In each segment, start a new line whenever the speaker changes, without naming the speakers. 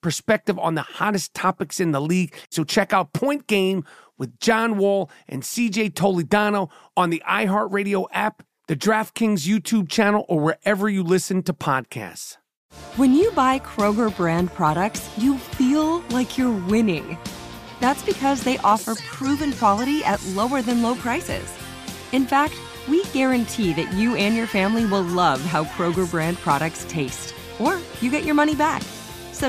perspective on the hottest topics in the league. So check out Point Game with John Wall and CJ Toledano on the iHeartRadio app, the DraftKings YouTube channel, or wherever you listen to podcasts.
When you buy Kroger brand products, you feel like you're winning. That's because they offer proven quality at lower than low prices. In fact, we guarantee that you and your family will love how Kroger brand products taste, or you get your money back. So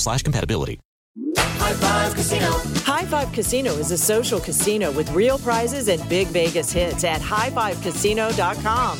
slash compatibility.
High Five Casino is a social casino with real prizes and big Vegas hits at highfivecasino.com.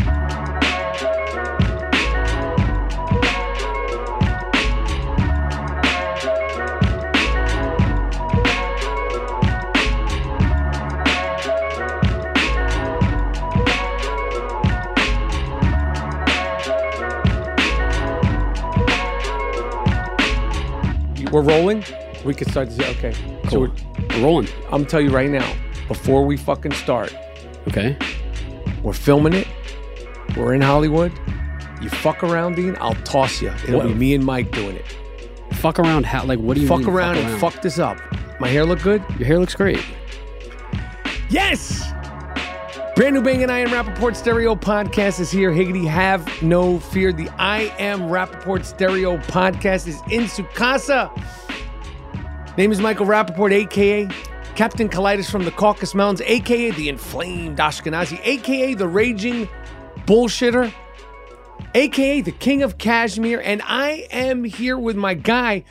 We're rolling. We can start this. Okay. So
Cool.
we're,
We're rolling.
I'm going to tell you right now, before we fucking start,
Okay.
We're filming it. We're in Hollywood. You fuck around, Dean, I'll toss you. It'll be
What?
me and Mike doing it.
Fuck around. How, like, what do you
Fuck
mean,
around and fuck this up. My hair look good?
Your hair looks great.
Yes! Brand new Bang and I Am Rappaport Stereo podcast is here. Higgity, have no fear. The I Am Rappaport Stereo podcast is in Sukasa. Name is Michael Rappaport, aka Captain Colitis from the Caucasus Mountains, aka the Inflamed Ashkenazi, aka the Raging Bullshitter, aka the King of Kashmir. And I am here with my guy.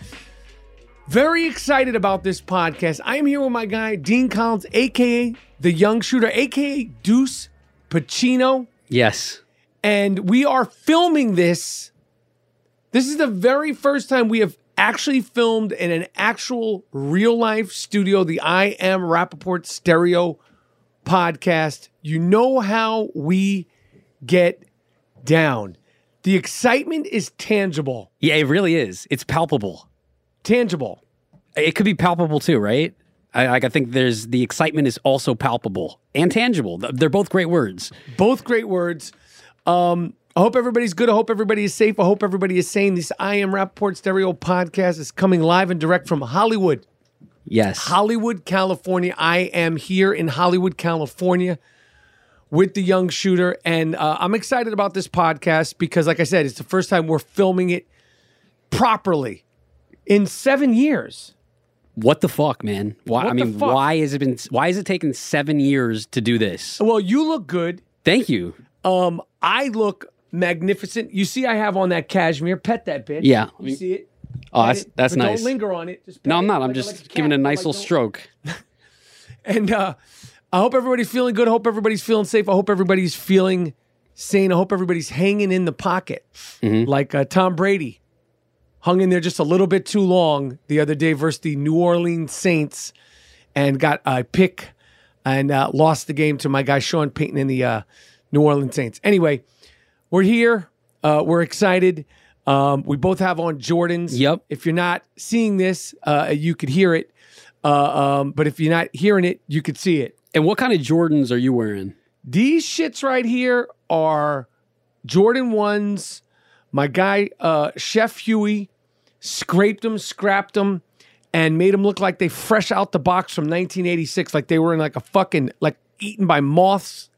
Very excited about this podcast. I am here with my guy, Dean Collins, aka the Young Shooter, aka Deuce Pacino.
Yes.
And we are filming this. This is the very first time we have actually filmed in an actual real life studio, the I Am Rappaport Stereo podcast. You know how we get down. The excitement is tangible.
Yeah, it really is. It's palpable.
Tangible.
It could be palpable too, right? I, like, I think there's the excitement is also palpable and tangible. Th- They're both great words.
Both great words. Um, I hope everybody's good. I hope everybody is safe. I hope everybody is sane. This I Am Rapport Stereo podcast is coming live and direct from Hollywood,
Yes.
Hollywood, California. I am here in Hollywood, California with the young shooter. And uh, I'm excited about this podcast because, like I said, it's the first time we're filming it properly in seven years.
what the fuck, man? Why?
What
I
the
mean,
fuck?
why has it been? Why has it taken seven years to do this?
Well, you look good.
Thank you.
Um, I look magnificent. You see, I have on that cashmere. Pet that bitch.
Yeah.
You see it?
Oh,
Pet
that's
it,
that's
but
nice.
Don't linger on it. Just pet
No, I'm
it
not.
like
I'm
a-
just
like a
giving it a
cat.
nice
Like,
little
don't-
stroke.
And uh, I hope everybody's feeling good. I hope everybody's feeling safe. I hope everybody's feeling sane. I hope everybody's hanging in the pocket
Mm-hmm.
like uh, Tom Brady hung in there just a little bit too long the other day versus the New Orleans Saints and got a pick and uh, lost the game to my guy Sean Payton in the uh, New Orleans Saints. Anyway, we're here. Uh, we're excited. Um, we both have on Jordans.
Yep.
If you're not seeing this, uh, you could hear it. Uh, um, but if you're not hearing it, you could see it.
And what kind of Jordans are you wearing?
These shits right here are Jordan ones. My guy, uh, Chef Huey, scraped them, scrapped them, and made them look like they fresh out the box from 1986, like they were in like a fucking like eaten by moths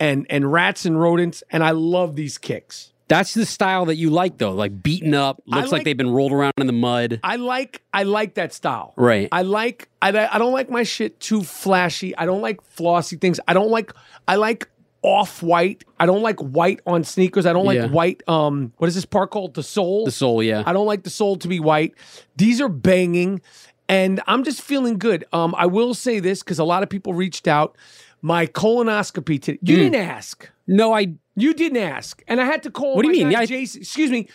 and and rats and rodents. And I love these kicks.
That's the style that you like, though. Like beaten up,
I
looks like,
like-
they've been rolled around in the mud.
I like I like that style.
Right.
I like I I don't like my shit too flashy. I don't like flossy things. I don't like I like off white. I don't like white on sneakers. I don't like
Yeah.
white um what is this part called? The sole.
the soul, yeah.
I don't like the sole to be white. These are banging, and I'm just feeling good. Um, I will say this because a lot of people reached out. My colonoscopy today.
Mm.
You didn't ask.
no, I.
You didn't ask, and I had to call.
What do
my
you mean?
guy
Yeah, I-
Jason. Excuse me.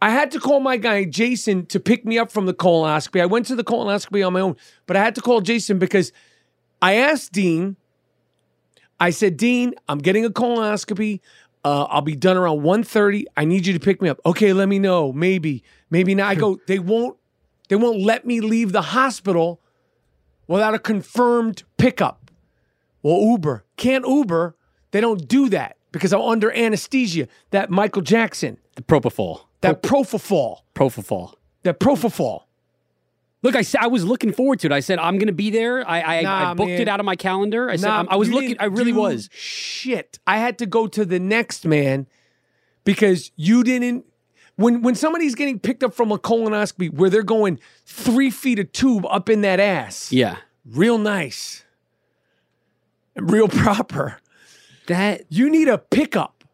I had to call my guy Jason to pick me up from the colonoscopy. I went to the colonoscopy on my own, but I had to call Jason because I asked Dean. I said, Dean, I'm getting a colonoscopy. Uh, I'll be done around 1.30. I need you to pick me up. Okay, let me know. Maybe, maybe not. I go. They won't. They won't let me leave the hospital without a confirmed pickup. Well, Uber can't Uber. They don't do that because I'm under anesthesia. That Michael Jackson,
The propofol.
that propofol,
Propofol.
that propofol.
Look, I, said I was looking forward to it. I said I'm going to be there. I I,
Nah,
I booked
man.
it out of my calendar. I said
Nah,
I'm- I was
you
looking.
didn't
I really
do
was.
Shit, I had to go to the next man because you didn't. When when somebody's getting picked up from a colonoscopy where they're going three feet of tube up in that ass,
Yeah.
real nice, and real proper.
That
You need a pickup.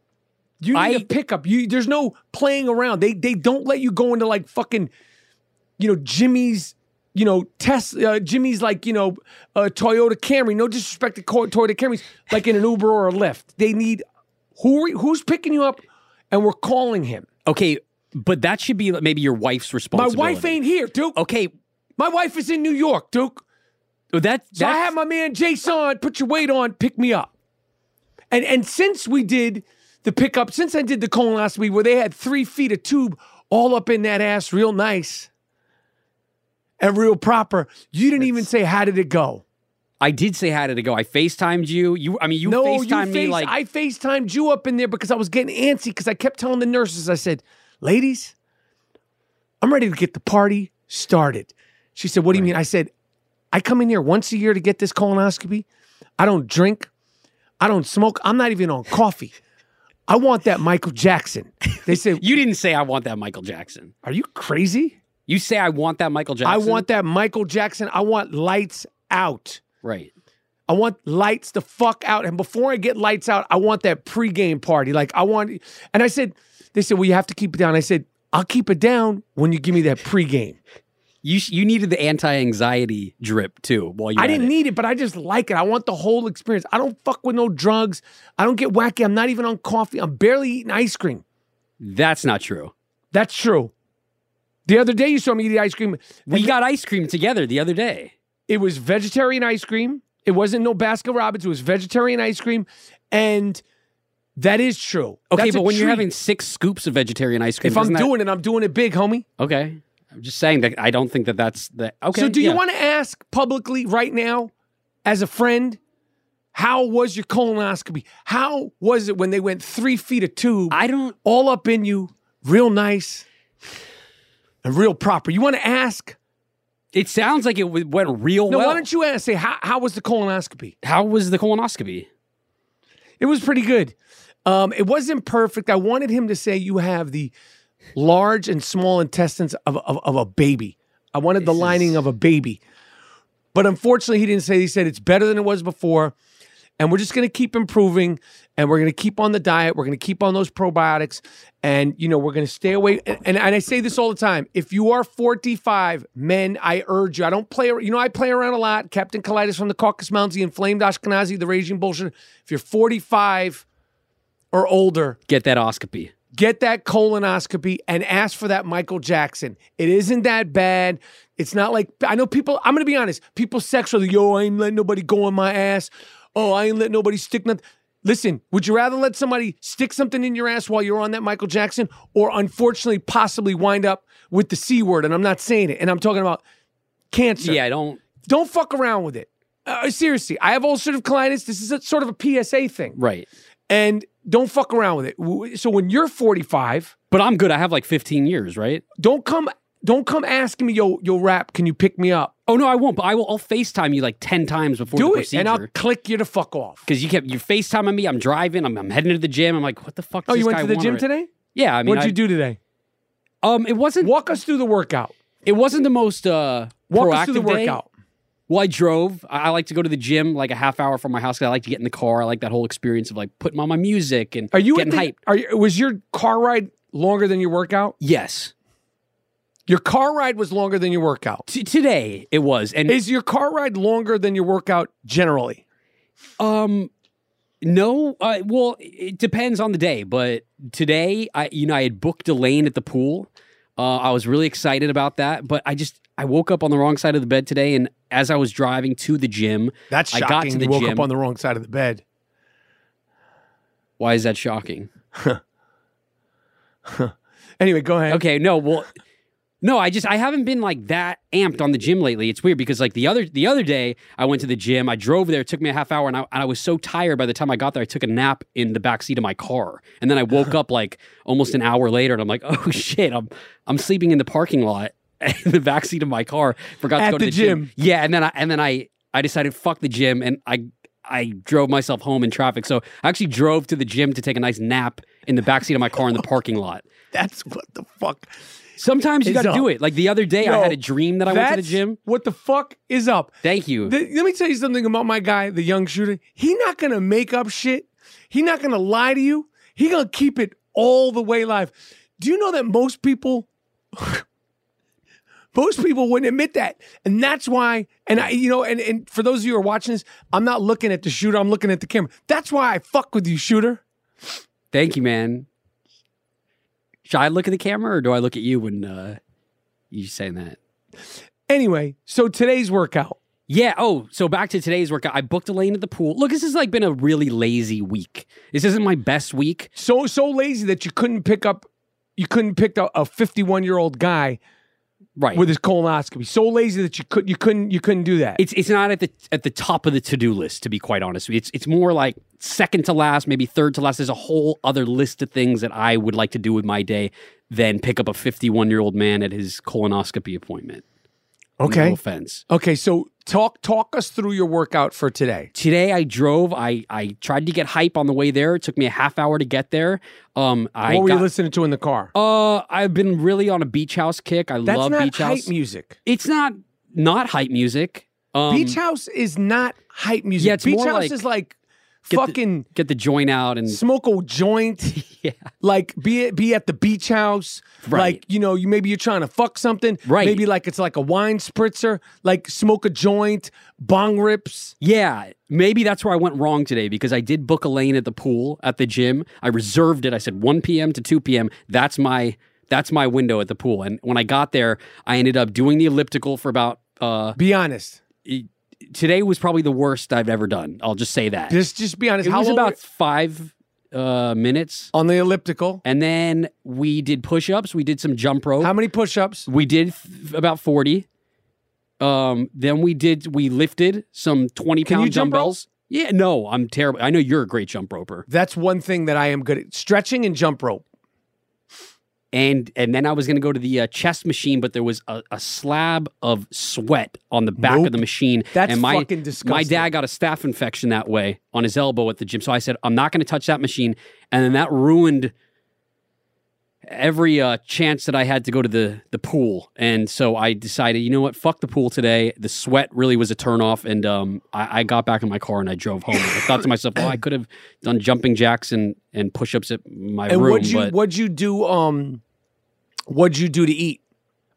You need
I-
a pickup. You there's no playing around. They they don't let you go into like fucking, you know, Jimmy's, you know, test uh, Jimmy's like you know, uh, Toyota Camry. No disrespect to Co- Toyota Camrys, like in an Uber or a Lyft. They need who are- who's picking you up, and we're calling him.
okay, but that should be maybe your wife's
My
responsibility.
wife ain't here, Duke.
okay.
My wife is in New York, Duke.
That
So I
that's-
had my man Jason put your weight on, pick me up. And and since we did the pickup, since I did the colonoscopy where they had three feet of tube all up in that ass, real nice and real proper, you didn't even say how did it go.
I did say how did it go? I FaceTimed you. You, I mean, you
no,
FaceTimed
you
me
face,
like
I FaceTimed you up in there because I was getting antsy because I kept telling the nurses, I said, ladies, I'm ready to get the party started. She said, What do you mean? I said, I come in here once a year to get this colonoscopy. I don't drink. I don't smoke. I'm not even on coffee. I want that Michael Jackson. They said,
you didn't say I want that Michael Jackson.
Are you crazy?
You say I want that Michael
I
Jackson.
want that Michael Jackson. I want lights out.
right.
I want lights the fuck out. And before I get lights out, I want that pregame party. Like I want and I said, they said, well, you have to keep it down. I said, I'll keep it down when you give me that pregame.
You sh- you needed the anti anxiety drip too while you.
I
had
didn't
it.
need it, but I just like it. I want the whole experience. I don't fuck with no drugs. I don't get wacky. I'm not even on coffee. I'm barely eating ice cream.
That's not true.
That's true. The other day you saw me eat ice cream.
We got ice cream together the other day.
It was vegetarian ice cream. It wasn't no Baskin Robbins. It was vegetarian ice cream. And that is true.
Okay,
That's a
but when you're
treat.
having six scoops of vegetarian ice cream,
If I'm
doesn't that-
doing it, I'm doing it big, homie.
okay, I'm just saying that I don't think that that's the okay.
so, do
yeah.
you want to ask publicly right now, as a friend, how was your colonoscopy? How was it when they went three feet of tube
I don't.
all up in you, real nice and real proper? You want to ask?
It sounds like it w- went real
No,
well.
why don't you ask? Say, how, how was the colonoscopy?
How was the colonoscopy?
It was pretty good. Um, it wasn't perfect. I wanted him to say you have the large and small intestines of, of, of a baby. I wanted the lining of a baby. But unfortunately, he didn't say. He said it's better than it was before. And we're just going to keep improving and we're going to keep on the diet. We're going to keep on those probiotics. And, you know, we're going to stay away. And, and I say this all the time if you are 45 men, I urge you. I don't play, ar- you know, I play around a lot. Captain Colitis from the Caucasus Mountains, the inflamed Ashkenazi, the raging bullshit. If you're 45 or older,
Get that oscopy.
get that colonoscopy and ask for that Michael Jackson. It isn't that bad. It's not like I know people. I'm gonna be honest. People sexually, yo, I ain't letting nobody go on my ass. Oh, I ain't letting nobody stick nothing. Listen, would you rather let somebody stick something in your ass while you're on that Michael Jackson or unfortunately possibly wind up with the C word? And I'm not saying it. And I'm talking about cancer.
Yeah, I don't.
Don't fuck around with it. Uh, seriously, I have ulcerative colitis. This is a, sort of a PSA thing.
Right.
And don't fuck around with it. W- So when you're 45,
But I'm good. I have like 15 years, right?
don't come don't come asking me, yo, yo, rap, can you pick me up?
Oh no, I won't. But I will. I'll Facetime you like 10 times before the
Do it,
procedure.
and I'll click you to fuck off.
because you kept you FaceTiming me. I'm driving. I'm, I'm heading to the gym. I'm like, what the fuck?
Oh,
does
you
this
went
guy
to the
want
gym
right-
today?
Yeah, I mean,
What'd
I-
you do today?
Um, it wasn't.
Walk us through the workout.
It wasn't the most uh
Walk
proactive
us through the
day.
workout.
Well, I drove. I, I like to go to the gym like a half hour from my house because I like to get in the car. I like that whole experience of like putting on my music and
Are you
getting
at the,
hyped.
Are you, was your car ride longer than your workout?
Yes,
Your car ride was longer than your workout.
T- today it was, and
Is your car ride longer than your workout generally?
um, no, uh, well, it depends on the day, but today I, you know, I had booked a lane at the pool. Uh, I was really excited about that, but I just I woke up on the wrong side of the bed today, and as I was driving to the gym,
That's
I
shocking.
got to the
you woke
gym.
up on the wrong side of the bed.
Why is that shocking?
Anyway, go ahead.
Okay, no, well, no, I just I haven't been like that amped on the gym lately. It's weird because like the other the other day I went to the gym, I drove there, it took me a half hour, and I, and I was so tired by the time I got there, I took a nap in the back seat of my car, and then I woke up like almost an hour later, and I'm like, oh shit, I'm I'm sleeping in the parking lot in the back seat of my car. Forgot
At
to go to
the
the
gym.
Yeah, and then I and then I I decided fuck the gym, and I. I drove myself home in traffic. So I actually drove to the gym to take a nice nap in the backseat of my car in the parking lot.
That's what the fuck.
Sometimes you
is
got to
up.
do it. Like the other day, I had
Yo,
a dream that I went to the
that's
gym.
What the fuck is up?
Thank you.
Th- let me tell you something about my guy, the young shooter. He not gonna make up shit. He not gonna lie to you. He gonna keep it all the way live. Do you know that most people, most people wouldn't admit that, and that's why. And I, you know, and and for those of you who are watching this, I'm not looking at the shooter. I'm looking at the camera. That's why I fuck with you, shooter.
Thank you, man. Should I look at the camera or do I look at you when uh, you saying that?
Anyway, so today's workout.
Yeah. Oh, so back to today's workout. I booked a lane at the pool. Look, this has like been a really lazy week. This isn't my best week.
So so lazy that you couldn't pick up, you couldn't pick up a 51 year old guy
Right.
with his colonoscopy. So lazy that you could you couldn't you couldn't do that.
it's it's not at the at the top of the to do list to be quite honest. with you. It's it's more like second to last, maybe third to last. There's a whole other list of things that I would like to do with my day than pick up a 51 year old man at his colonoscopy appointment. No offense.
Okay, so talk talk us through your workout for today.
Today I drove. I I tried to get hype on the way there. It took me a half hour to get there. Um, I
what were you
got-
listening to in the car?
Uh, I've been really on a beach house kick. I
That's
love
not
beach
hype
house.
music.
It's not not hype music. Um,
beach house is not hype music.
Yeah, it's
beach
more
house
like-
is like
the-
fucking
get the joint out and
smoke a joint.
yeah.
Like be it, be at the beach house,
Right.
like you know, you maybe you're trying to fuck something,
Right.
Maybe like it's like a wine spritzer, like smoke a joint, bong rips.
Yeah, maybe that's where I went wrong today because I did book a lane at the pool at the gym. I reserved it. I said 1 p.m. to 2 p.m. That's my that's my window at the pool. And when I got there, I ended up doing the elliptical for about uh
Be honest,
today was probably the worst I've ever done. I'll just say that.
just just be honest.
it
How
was
long
about
were-
5 uh minutes.
on the elliptical?
And then we did push-ups, we did some jump rope.
How many push-ups?
We did th- about 40. Um, then we did, we lifted some 20
Can you
pound
jump rope?
dumbbells. Yeah, no, I'm terrible. I know you're a great jump roper.
That's one thing that I am good at: stretching and jump rope.
And and then I was going to go to the uh, chest machine, but there was a, a slab of sweat on the back
Nope.
of the machine.
That's
and my,
fucking
My
disgusting.
dad got a staph infection that way on his elbow at the gym. So I said, I'm not going to touch that machine. And then that ruined every uh, chance that I had to go to the the pool, and so I decided, you know what, fuck the pool today. The sweat really was a turnoff, and um, I, I got back in my car and I drove home. I thought to myself, oh, I could have done jumping jacks and and push ups at my
And
room,
what'd you
but
what'd you do? Um, what'd you do to eat?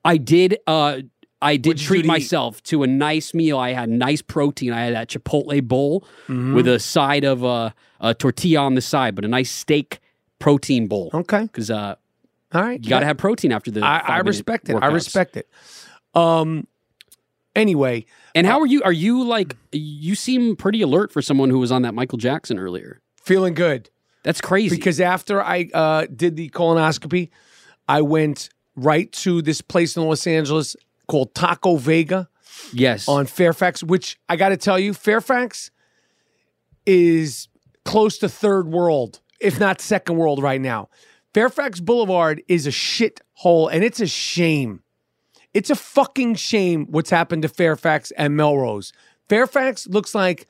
I did. Uh, I
What'd
did
you do
treat
to eat?
myself to a nice meal. I had nice protein. I had that Chipotle bowl
Mm-hmm.
with a side of uh, a tortilla on the side, but a nice steak protein bowl
Okay,
because uh,
all right.
you got to have protein after the.
I, I
five-minute
respect it. I
workouts.
respect it. Um. Anyway,
And how are you? Are you like you seem pretty alert for someone who was on that Michael Jackson earlier?
feeling good
That's crazy.
because after I uh, did the colonoscopy, I went right to this place in Los Angeles called Taco Vega
yes.
on Fairfax, which I got to tell you, Fairfax is close to third world, if not second world right now. Fairfax Boulevard is a shit hole, and it's a shame. It's a fucking shame what's happened to Fairfax and Melrose. Fairfax looks like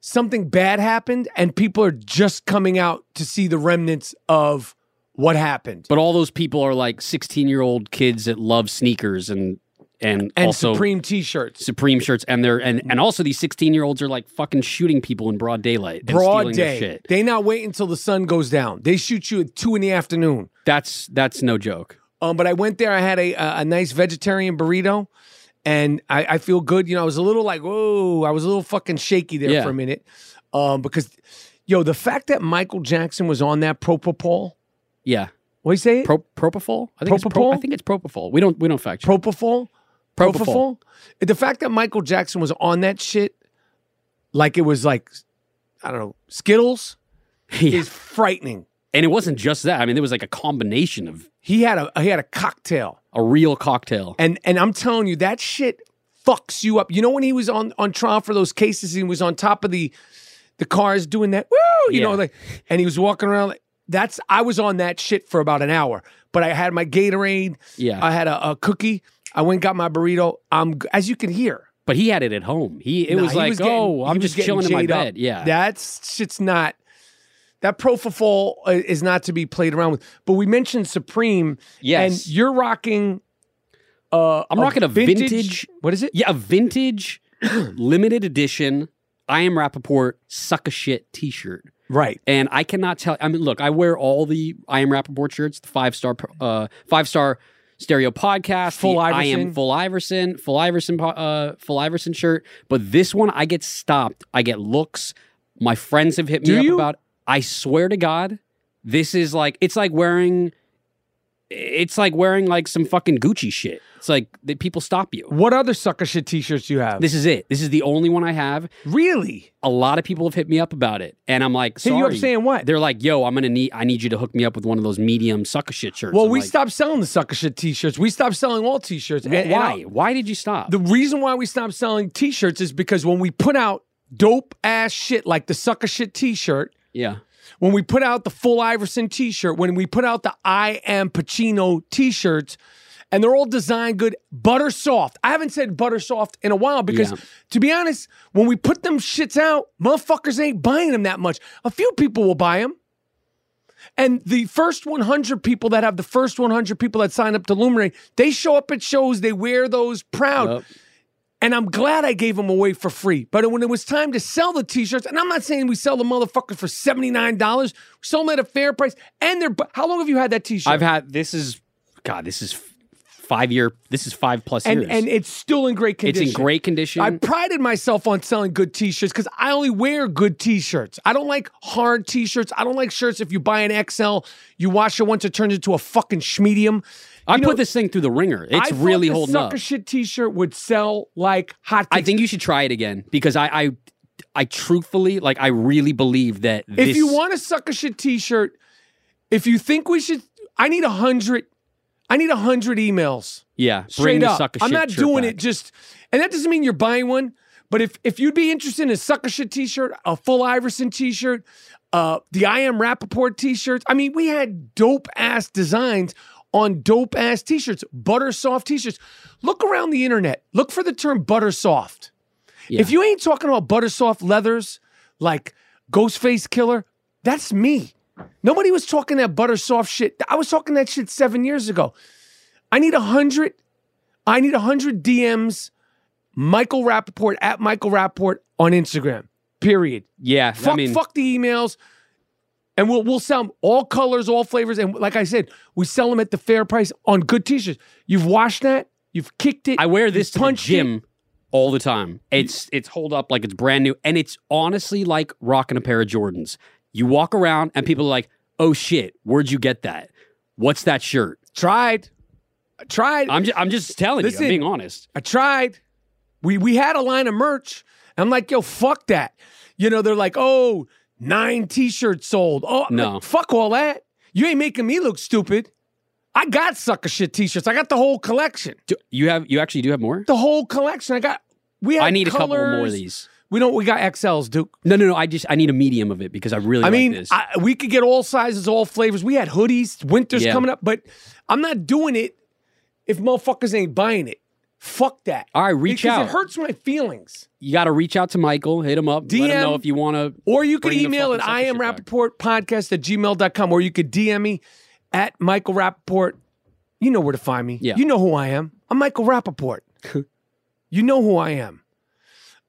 something bad happened, and people are just coming out to see the remnants of what happened.
but all those people are like 16 year old kids that love sneakers and and,
and
also
Supreme t shirts.
Supreme shirts and they're and, and also these 16 year olds are like fucking shooting people in broad daylight. and
broad
stealing their
day.
shit.
They not wait until the sun goes down. They shoot you at two in the afternoon.
That's that's no joke.
Um, but I went there. I had a a a nice vegetarian burrito, and I, I feel good. You know, I was a little like, whoa, I was a little fucking shaky there
Yeah.
for a minute, um, because, yo, the fact that Michael Jackson was on that propofol.
Yeah.
What do you say?
Pro, propofol? I think it's pro,
Propofol?
I think it's propofol. We don't we don't fact check.
propofol.
Propofol.
The fact that Michael Jackson was on that shit, like it was like, I don't know, Skittles,
Yeah.
is frightening.
And it wasn't just that. I mean, there was like a combination of
He had a he had a cocktail.
a real cocktail.
And and I'm telling you, that shit fucks you up. You know when he was on on trial for those cases, he was on top of the the cars doing that, woo, you know,
Yeah.
like, and he was walking around. Like, that's I was on that shit for about an hour, but I had my Gatorade.
Yeah.
I had a, a cookie. I went and got my burrito. I'm g- as you can hear.
But he had it at home. He it
nah,
was
he
like,
getting-
oh,
he
I'm
was
just
getting
chilling in my
jaded up.
bed. Yeah.
that shit's not. That Profafol uh, is not to be played around with. But we mentioned Supreme.
Yes.
and you're rocking. Uh,
I'm rocking a vintage-
What is it?
yeah, a vintage limited edition I am Rappaport suck a shit t shirt.
Right.
And I cannot tell. I mean, look, I wear all the I am Rappaport shirts, the five star, uh, five star stereo podcast,
Full
the I
Iverson.
am full Iverson, full Iverson, po- uh, full Iverson shirt. But this one, I get stopped. I get looks. My friends have hit
Do
me
you?
up about. I swear to God, this is like it's like wearing, it's like wearing like some fucking Gucci shit. It's like that people stop you.
What other sucker shit t-shirts do you have?
This is it. This is the only one I have.
really?
a lot of people have hit me up about it, and I'm like,
Hit
sorry.
you up saying what?
They're like, yo, I'm gonna need, I need you to hook me up with one of those medium sucker shit shirts.
Well,
I'm
we
like,
stopped selling the sucker shit t-shirts. We stopped selling all t-shirts.
"Wh-
And- and
Why?
I-
why did you stop?
the reason why we stopped selling t-shirts is because when we put out dope ass shit like the sucker shit t-shirt,
yeah,
when we put out the full Iverson t-shirt, when we put out the I am Pacino t-shirts, and they're all designed good, butter soft. I haven't said butter soft in a while because
Yeah.
to be honest, when we put them shits out, motherfuckers ain't buying them that much. A few people will buy them. And the first 100 people that have the first 100 people that sign up to Luminary, they show up at shows, they wear those proud.
Yep.
And I'm glad I gave them away for free. But when it was time to sell the t-shirts, and I'm not saying we sell the motherfuckers for $79, we sold them at a fair price. And they're bu- how long have you had that t-shirt?
I've had this is, God, this is f- five year, this is five plus
and,
years,
and it's still in great
it's
condition.
in great condition.
I prided myself on selling good t-shirts because I only wear good t-shirts. I don't like hard t-shirts. I don't like shirts if you buy an XL, you wash it once, it turns into a fucking schmedium.
I
you
put
know,
this thing through the ringer. It's
I thought
really
the
holding up.
sucker shit t-shirt would sell like hot.
I think you should try it again because I, I, I truthfully, like, I really believe that
if
this,
you want a sucker shit t-shirt, if you think we should, I need a hundred. I need a hundred emails.
yeah,
Straight
bring the
up.
sucker
I'm
shit
not
shirt
doing
back.
it just, and that doesn't mean you're buying one. But if if you'd be interested in a sucker shit t-shirt, a full Iverson t-shirt, uh, the I am Rappaport t-shirts. I mean, we had dope ass designs on dope ass t-shirts, butter soft t-shirts. Look around the internet. Look for the term butter soft.
Yeah.
If you ain't talking about butter soft leathers like Ghostface Killer, that's me. Nobody was talking that butter soft shit. I was talking that shit seven years ago. I need a hundred. I need a hundred DMs. Michael Rappaport at Michael Rappaport on Instagram. Period.
yeah,
Fuck,
I mean,
fuck the emails. And we'll we'll sell 'em all colors, all flavors, and like I said, we sell them at the fair price on good t-shirts. You've washed that, you've kicked it.
I wear this
you've
to the
punched it.
gym all the time. It's it's hold up like it's brand new, and it's honestly like rocking a pair of Jordans. You walk around and people are like, "Oh shit, where'd you get that? What's that shirt?"
Tried, I tried.
I'm just I'm just telling
Listen.
you, I'm being honest.
I tried. We we had a line of merch. I'm like, yo, fuck that. You know, they're like, oh, Nine T-shirts sold. Oh
No.
like, fuck all that. You ain't making me look stupid. I got sucker shit T-shirts. I got the whole collection.
Do, you have you actually do have more?
The whole collection. I got. We have
I need a couple more of
colors.
these.
We don't. We got XLs, Duke.
No, no, no. I just I need a medium of it because I really
I
like
mean,
this.
I, we could get all sizes, all flavors. We had hoodies. Winter's
Yeah.
coming up, but I'm not doing it if motherfuckers ain't buying it. Fuck that.
All right, reach
Because
out.
It hurts my feelings.
you got to reach out to Michael, hit him up, let him
DM
know if you want to.
Or you could
Bring the
email at
fucking
I
sucker
am
shit back.
Rappaport podcast at gmail.com or you could DM me at Michael Rappaport. You know where to find me.
Yeah.
You know who I am. I'm Michael Rappaport. you know who I am.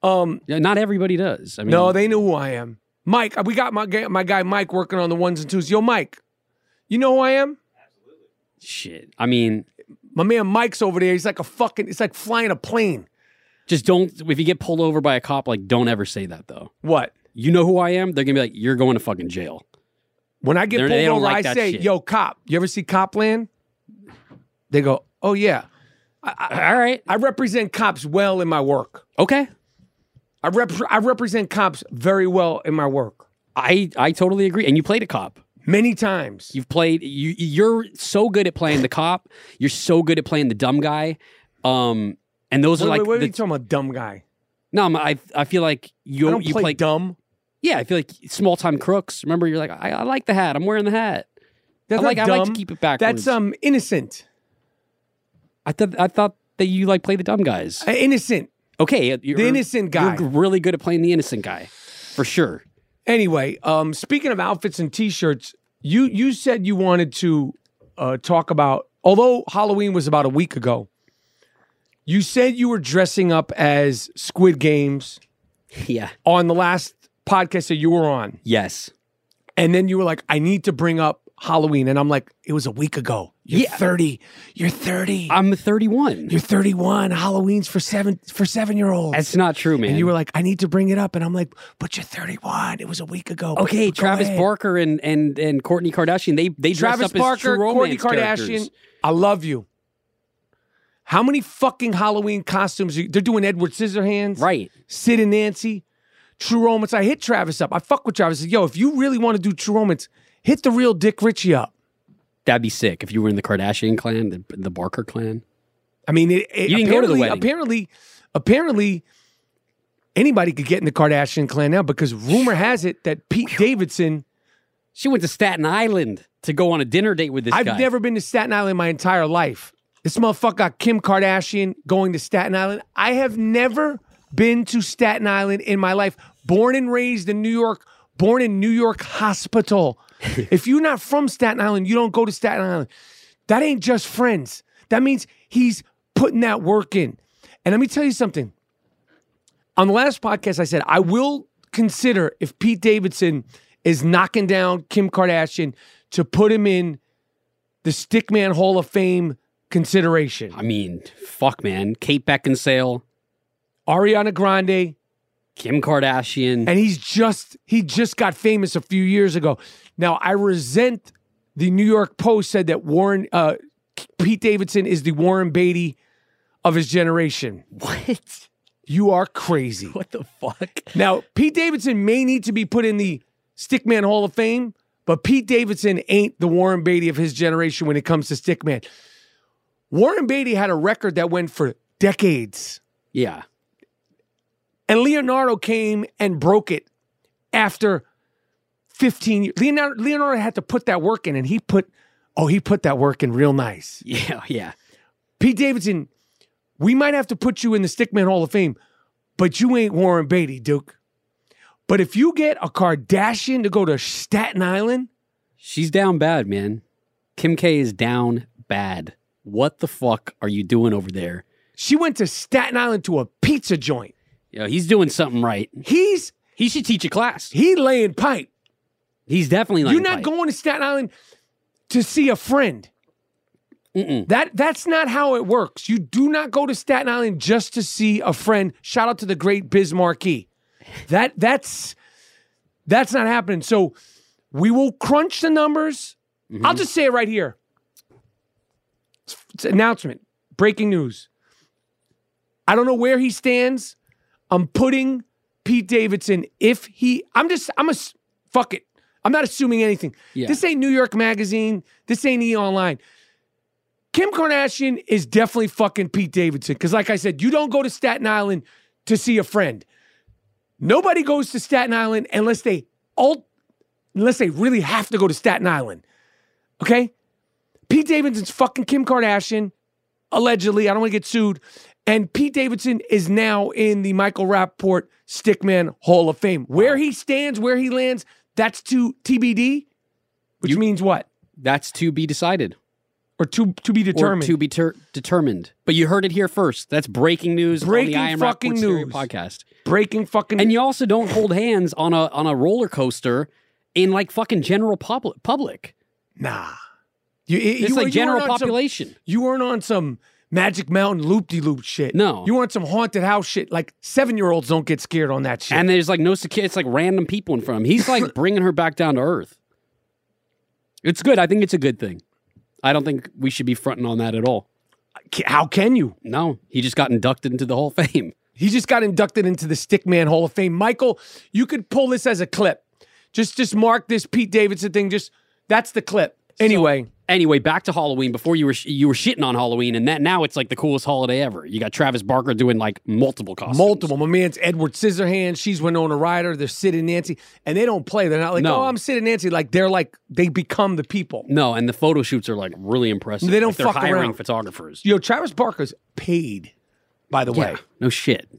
Um,
Not everybody does. I mean,
no, they knew who I am. Mike, we got my guy, my guy Mike working on the ones and twos. Yo, Mike, you know who I am?
shit. I mean,
My man Mike's over there. He's like a fucking. It's like flying a plane.
just don't. If you get pulled over by a cop, like don't ever say that though.
What?
You know who I am. They're gonna be like, you're going to fucking jail.
When I get
They're-
pulled
they don't
over,
like
I
that
say,
shit.
"Yo, cop, you ever see Copland?" They go, "Oh yeah."
All right.
I represent cops well in my work.
Okay.
I rep- I represent cops very well in my work.
I I totally agree. And you played a cop.
Many times.
You've played. You you're so good at playing the cop. You're so good at playing the dumb guy. Um, and those
Wait,
are like
wait, what are
the-
you talking about, dumb guy?
no. I'm- I I feel like you
I don't
you
play,
play
dumb.
Yeah, I feel like small time crooks. Remember, you're like, I, I like the hat. I'm wearing the hat.
That's
I like.
not
I like to
dumb.
keep it backwards.
That's um innocent.
I thought. I thought that you like play the dumb guys.
Uh, innocent.
okay, you're,
The innocent guy.
You're really good at playing the innocent guy, for sure.
Anyway, um, speaking of outfits and T-shirts, you you said you wanted to uh, talk about. Although Halloween was about a week ago, you said you were dressing up as Squid Games
Yeah.
on the last podcast that you were on,
Yes.
and then you were like, "I need to bring up Halloween," and I'm like, "It was a week ago. You're
Yeah.
30. You're 30.
I'm 31.
you're 31. Halloween's for seven for seven year olds."
That's not true, man.
and you were like, "I need to bring it up," and I'm like, "But you're 31. It was a week ago." Oh, But-
okay.
but go
Travis
ahead."
Barker and and and Courtney Kardashian. They they
Travis
dressed up
Barker,
as true
Kourtney
romance
Kardashian.
characters.
I love you. How many fucking Halloween costumes? You, they're doing Edward Scissorhands,
Right.
Sid and Nancy, True Romance. I hit Travis up. I fuck with Travis. I said, Yo, if you really want to do True Romance, hit the real Dick Ritchie up.
That'd be sick if you were in the Kardashian clan, the, the Barker clan.
I mean, it, it-
You didn't go to the
apparently,
wedding.
apparently, apparently, anybody could get in the Kardashian clan now because rumor has it that Pete Davidson.
She went to Staten Island to go on a dinner date with this
I've
guy.
never been to Staten Island my entire life. This motherfucker got Kim Kardashian going to Staten Island. I have never been to Staten Island in my life. Born and raised in New York, born in New York hospital. if you're not from Staten Island, you don't go to Staten Island. That ain't just friends. That means he's putting that work in. And let me tell you something. On the last podcast, I said I will consider if Pete Davidson is knocking down Kim Kardashian to put him in the Stickman Hall of Fame consideration.
I mean, fuck, man. Kate Beckinsale,
Ariana Grande,
Kim Kardashian.
and he's just he just got famous a few years ago. Now I resent the New York Post said that Warren uh, Pete Davidson is the Warren Beatty of his generation.
what?
You are crazy.
What the fuck?
Now, Pete Davidson may need to be put in the Stickman Hall of Fame, but Pete Davidson ain't the Warren Beatty of his generation when it comes to Stickman. Warren Beatty had a record that went for decades,
Yeah.
and Leonardo came and broke it after 15 years. Leonardo, Leonardo had to put that work in, and he put, oh, he put that work in real nice.
Yeah. Yeah.
Pete Davidson, we might have to put you in the Stickman Hall of Fame, but you ain't Warren Beatty, Duke. But if you get a Kardashian to go to Staten Island,
She's down bad, man. Kim K is down bad. What the fuck are you doing over there?
she went to Staten Island to a pizza joint.
Yo, he's doing something right.
He's
He should teach a class.
he laying pipe.
He's definitely not.
You're not going to Staten Island to see a friend.
Mm-mm.
That that's not how it works. You do not go to Staten Island just to see a friend. Shout out to the great Biz Markie. That that's that's not happening. So we will crunch the numbers. Mm-hmm. I'll just say it right here. It's, it's an announcement. Breaking news. I don't know where he stands. I'm putting Pete Davidson if he. I'm just. I'm a s- Fuck it. I'm not assuming anything.
Yeah.
This ain't New York Magazine. This ain't E Online. Kim Kardashian is definitely fucking Pete Davidson. Because, like I said, you don't go to Staten Island to see a friend. Nobody goes to Staten Island unless they all, unless they really have to go to Staten Island. Okay? Pete Davidson's fucking Kim Kardashian, allegedly. I don't want to get sued. And Pete Davidson is now in the Michael Rapport Stickman Hall of Fame. Where he stands, where he lands, that's to TBD, which means what?
That's to be decided
Or to to be determined.
or to be ter- determined. But you heard it here first. That's breaking news.
Breaking
on the Iron
fucking
Rock Stereo
news.
podcast.
Breaking fucking.
And you also don't hold hands on a on a roller coaster in like fucking general public public.
nah. You,
It's
you,
like
you
general
weren't on some-
population.
you weren't on some Magic Mountain loop de loop shit.
No.
You weren't some haunted house shit. Like seven year olds don't get scared on that shit.
And there's like no security. It's like random people in front of him. He's like bringing her back down to earth. It's good. I think it's a good thing. I don't think we should be fronting on that at all.
Ca- How can you?
No, he just got inducted into the Hall of Fame.
He just got inducted into the Stickman Hall of Fame. Michael, you could pull this as a clip. Just just mark this Pete Davidson thing. Just that's the clip. Anyway,
Anyway, back to Halloween. Before you were sh- you were shitting on Halloween, and that now it's like the coolest holiday ever. You got Travis Barker doing like multiple costumes.
multiple. My man's Edward Scissorhands. She's Winona Ryder. They're Sid and Nancy, and they don't play. They're not like,
No.
oh, I'm Sid and Nancy. Like they're like they become the people.
No, and the photo shoots are like really impressive.
They don't
Like, they're
fuck
hiring
around.
photographers.
Yo, Travis Barker's paid. By the way,
no shit.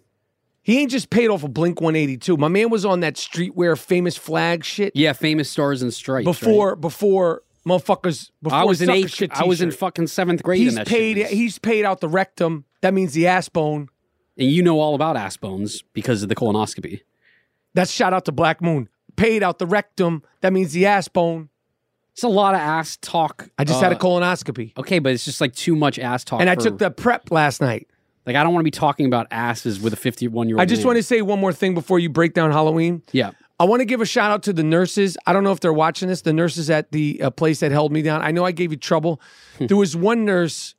he ain't just paid off of Blink 182. My man was on that streetwear famous flag shit
Yeah, famous stars and stripes. right?
before before motherfuckers. Before
I was in
sucker
eighth.
Shit
I was in
t-shirt.
fucking seventh grade.
he's
and that
paid.
Shit was-
He's paid out the rectum. That means the ass bone.
and you know all about ass bones because of the colonoscopy.
That's shout out to Black Moon. Paid out the rectum. That means the ass bone.
It's a lot of ass talk.
I just
uh,
had a colonoscopy,
Okay, but it's just like too much ass talk.
and I
for-
took the prep last night.
Like I don't want to be talking about asses with a fifty-one-year-old.
I just want to say one more thing before you break down Halloween.
Yeah.
I want to give a shout out to the nurses. I don't know if they're watching this. The nurses at the uh, place that held me down. I know I gave you trouble. there was one nurse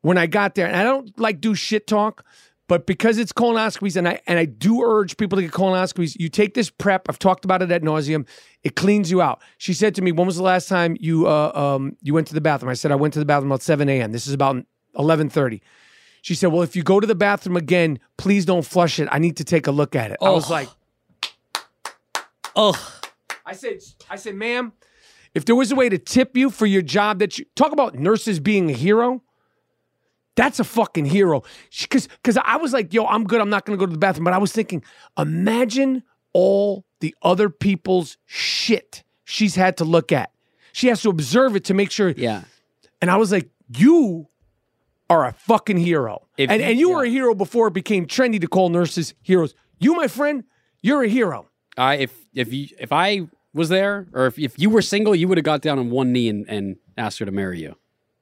when I got there, and I don't like do shit talk, but because it's colonoscopies, and I and I do urge people to get colonoscopies. You take this prep. I've talked about it at nauseum. It cleans you out. She said to me, "When was the last time you uh, um you went to the bathroom?" I said, "I went to the bathroom about seven a.m. This is about eleven thirty. She said, "Well, if you go to the bathroom again, please don't flush it. I need to take a look at it." I was
Ugh.
like.
Oh,
I said, I said, ma'am, if there was a way to tip you for your job that you talk about nurses being a hero, that's a fucking hero. Because because I was like, yo, I'm good. I'm not gonna go to the bathroom. But I was thinking, imagine all the other people's shit she's had to look at. She has to observe it to make sure.
yeah.
And I was like, you are a fucking hero.
If
and
you-
and you were a
yeah.
hero before it became trendy to call nurses heroes. You, my friend, you're a hero.
I if if you if I was there or if if you were single, you would have got down on one knee and, and asked her to marry you.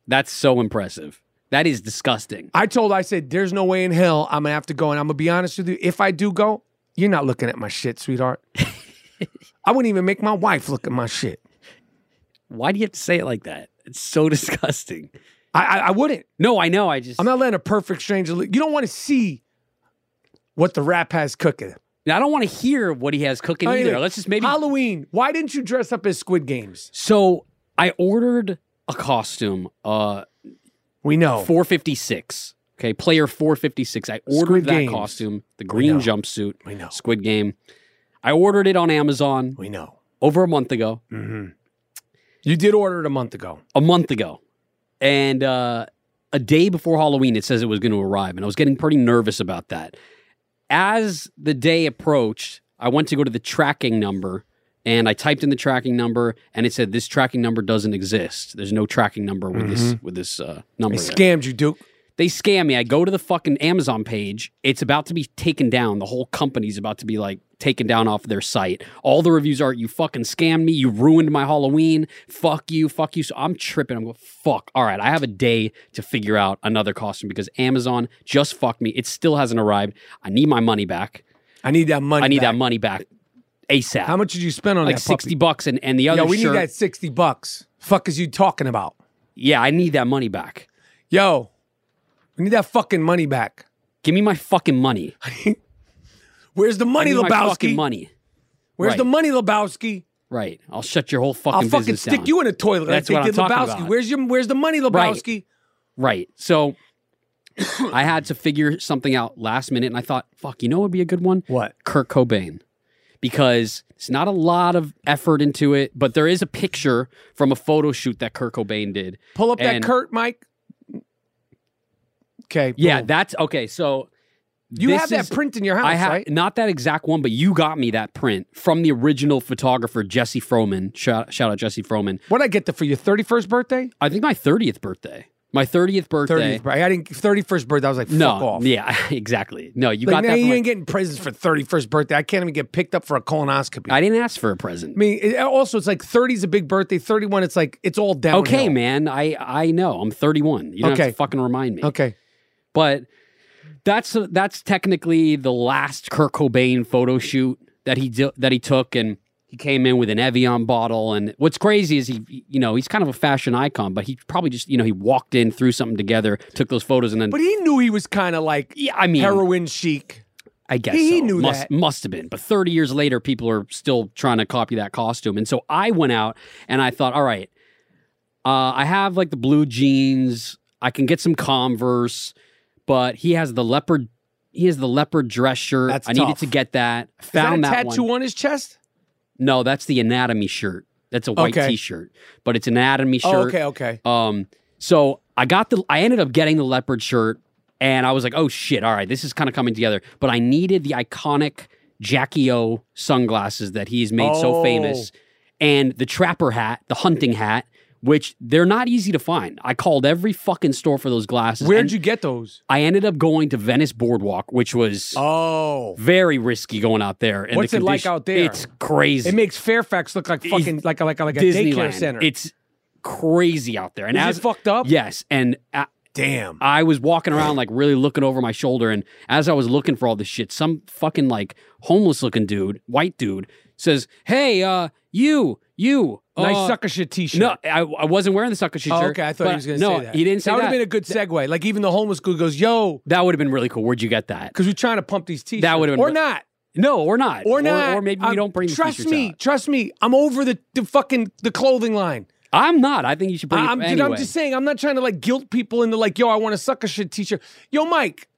That's so impressive. That is disgusting.
I told, I said, there's no way in hell I'm gonna have to go. And I'm gonna be honest with you, if I do go, you're not looking at my shit, sweetheart. I wouldn't even make my wife look at my shit.
Why do you have to say it like that? It's so disgusting.
I, I, I wouldn't.
No, I know. I just
I'm not letting a perfect stranger look. You don't want to see what the rap has cooking.
I don't want to hear what he has cooking
I mean,
either. Let's just maybe
Halloween. Why didn't you dress up as Squid Games?
So I ordered a costume, uh,
We know.
456. Okay, player 456. I ordered
Squid
that
Games.
costume, the
know.
green jumpsuit,
I know.
Squid Game. I ordered it on Amazon
We know.
over a month ago.
You did order it a month ago.
A month ago. And uh, a day before Halloween, it says it was going to arrive. And I was getting pretty nervous about that. As the day approached, I went to go to the tracking number and I typed in the tracking number and it said this tracking number doesn't exist. There's no tracking number with this with this uh, number.
They
there.
scammed you, Duke.
They scam me. I go to the fucking Amazon page. It's about to be taken down. The whole company's about to be like taken down off their site. All the reviews are you fucking scammed me. You ruined my Halloween. Fuck you. Fuck you. So I'm tripping. I'm going, fuck. All right. I have a day to figure out another costume because Amazon just fucked me. It still hasn't arrived. I need my money back.
I need that money.
I need
back.
that money back ASAP.
How much did you spend on
Like
that?
60
puppy?
bucks. And, and the other
Yeah, we
shirt-
need that sixty bucks. Fuck is you talking about?
Yeah, I need that money back.
Yo, we need that fucking money back.
Give me my fucking money.
Where's the money,
I need my
Lebowski?
fucking money.
Where's
Right.
the money, Lebowski?
Right. I'll shut your whole fucking
I'll fucking
business
stick
down.
you in a toilet.
That's
like
what
they
I'm
did
talking
Lebowski.
about.
Where's your Where's the money,
Right.
Lebowski?
Right. So I had to figure something out last minute, and I thought, fuck, you know what would be a good one?
What?
Kurt Cobain. Because it's not a lot of effort into it, but there is a picture from a photo shoot that Kurt Cobain did.
Pull up that
And-
Kurt, Mike. Okay.
Yeah,
boom.
that's okay. So
you
this
have that
is-
print in your house,
I have
right?
not that exact one, but you got me that print from the original photographer Jesse Froman. Shout, shout out Jesse Froman.
What would I get that for your thirty first birthday?
I think my thirtieth birthday. My thirtieth birthday.
Thirtieth. birthday. I didn't. Thirty first birthday. I was like, fuck
no,
off.
yeah, exactly. No, you
Like,
got
man,
that.
you
from my-
ain't getting presents for thirty first birthday. I can't even get picked up for a colonoscopy. I,
I didn't ask for a present.
mean, it, also, it's like thirty's a big birthday. Thirty one, it's like it's all downhill.
Okay, man. I I know. I'm 31. You don't
Okay.
have to fucking remind me.
Okay.
But that's that's technically the last Kurt Cobain photo shoot that he di- that he took, and he came in with an Evian bottle. And what's crazy is he, you know, he's kind of a fashion icon, but he probably just, you know, he walked in, threw something together, took those photos, and then.
But he knew he was kind of like
yeah, I mean,
heroin chic.
I guess
he
so.
knew
must,
that.
Must have been. But 30 years later, people are still trying to copy that costume. And so I went out and I thought, all right, uh, I have like the blue jeans. I can get some Converse, but he has the leopard. He has the leopard dress shirt.
That's
I needed
tough.
to get that.
Is
Found
that a tattoo
one.
on his chest?
No, that's the anatomy shirt. That's a white
Okay.
T-shirt, but it's an anatomy shirt.
Oh, okay, okay.
Um, so I got the I ended up getting the leopard shirt and I was like, oh shit, all right, this is kind of coming together. But I needed the iconic Jackie O sunglasses that he's made
Oh.
so famous and the trapper hat, the hunting hat, which they're not easy to find. I called every fucking store for those glasses.
Where'd
and
you get those?
I ended up going to Venice Boardwalk, which was
Oh,
very risky going out there. and the
What's it like
condition-
out there?
It's crazy.
it makes Fairfax look like
It's
fucking like a- like a- like a daycare
Disneyland.
center.
It's crazy out there. And
Is it
as
fucked up?
Yes. And uh,
damn.
I was walking around like really looking over my shoulder, and as I was looking for all this shit, some fucking like homeless looking dude, white dude, says, "Hey, uh, you, you, uh,
nice sucker shit T-shirt.
No, I, I wasn't wearing the sucker shit
Oh,
shirt.
okay. I thought
but-
he was going to
no,
say that.
he didn't say
That
that.
would have been a good segue. Like even the homeless dude goes, "Yo,"
that would have been really cool. Where'd you get that?
because we're trying to pump these T-shirts.
That would've been
or
re-
not,
No, or not,
or not,
or, maybe we
I'm-
don't bring. the
Trust
t-shirts
me,
out.
trust me. I'm over the, the fucking the clothing line.
I'm not. I think you should bring.
I- I'm,
it
dude, I'm
anyway.
just saying. I'm not trying to like guilt people into like, "Yo, I want a sucker shit T-shirt." Yo, Mike,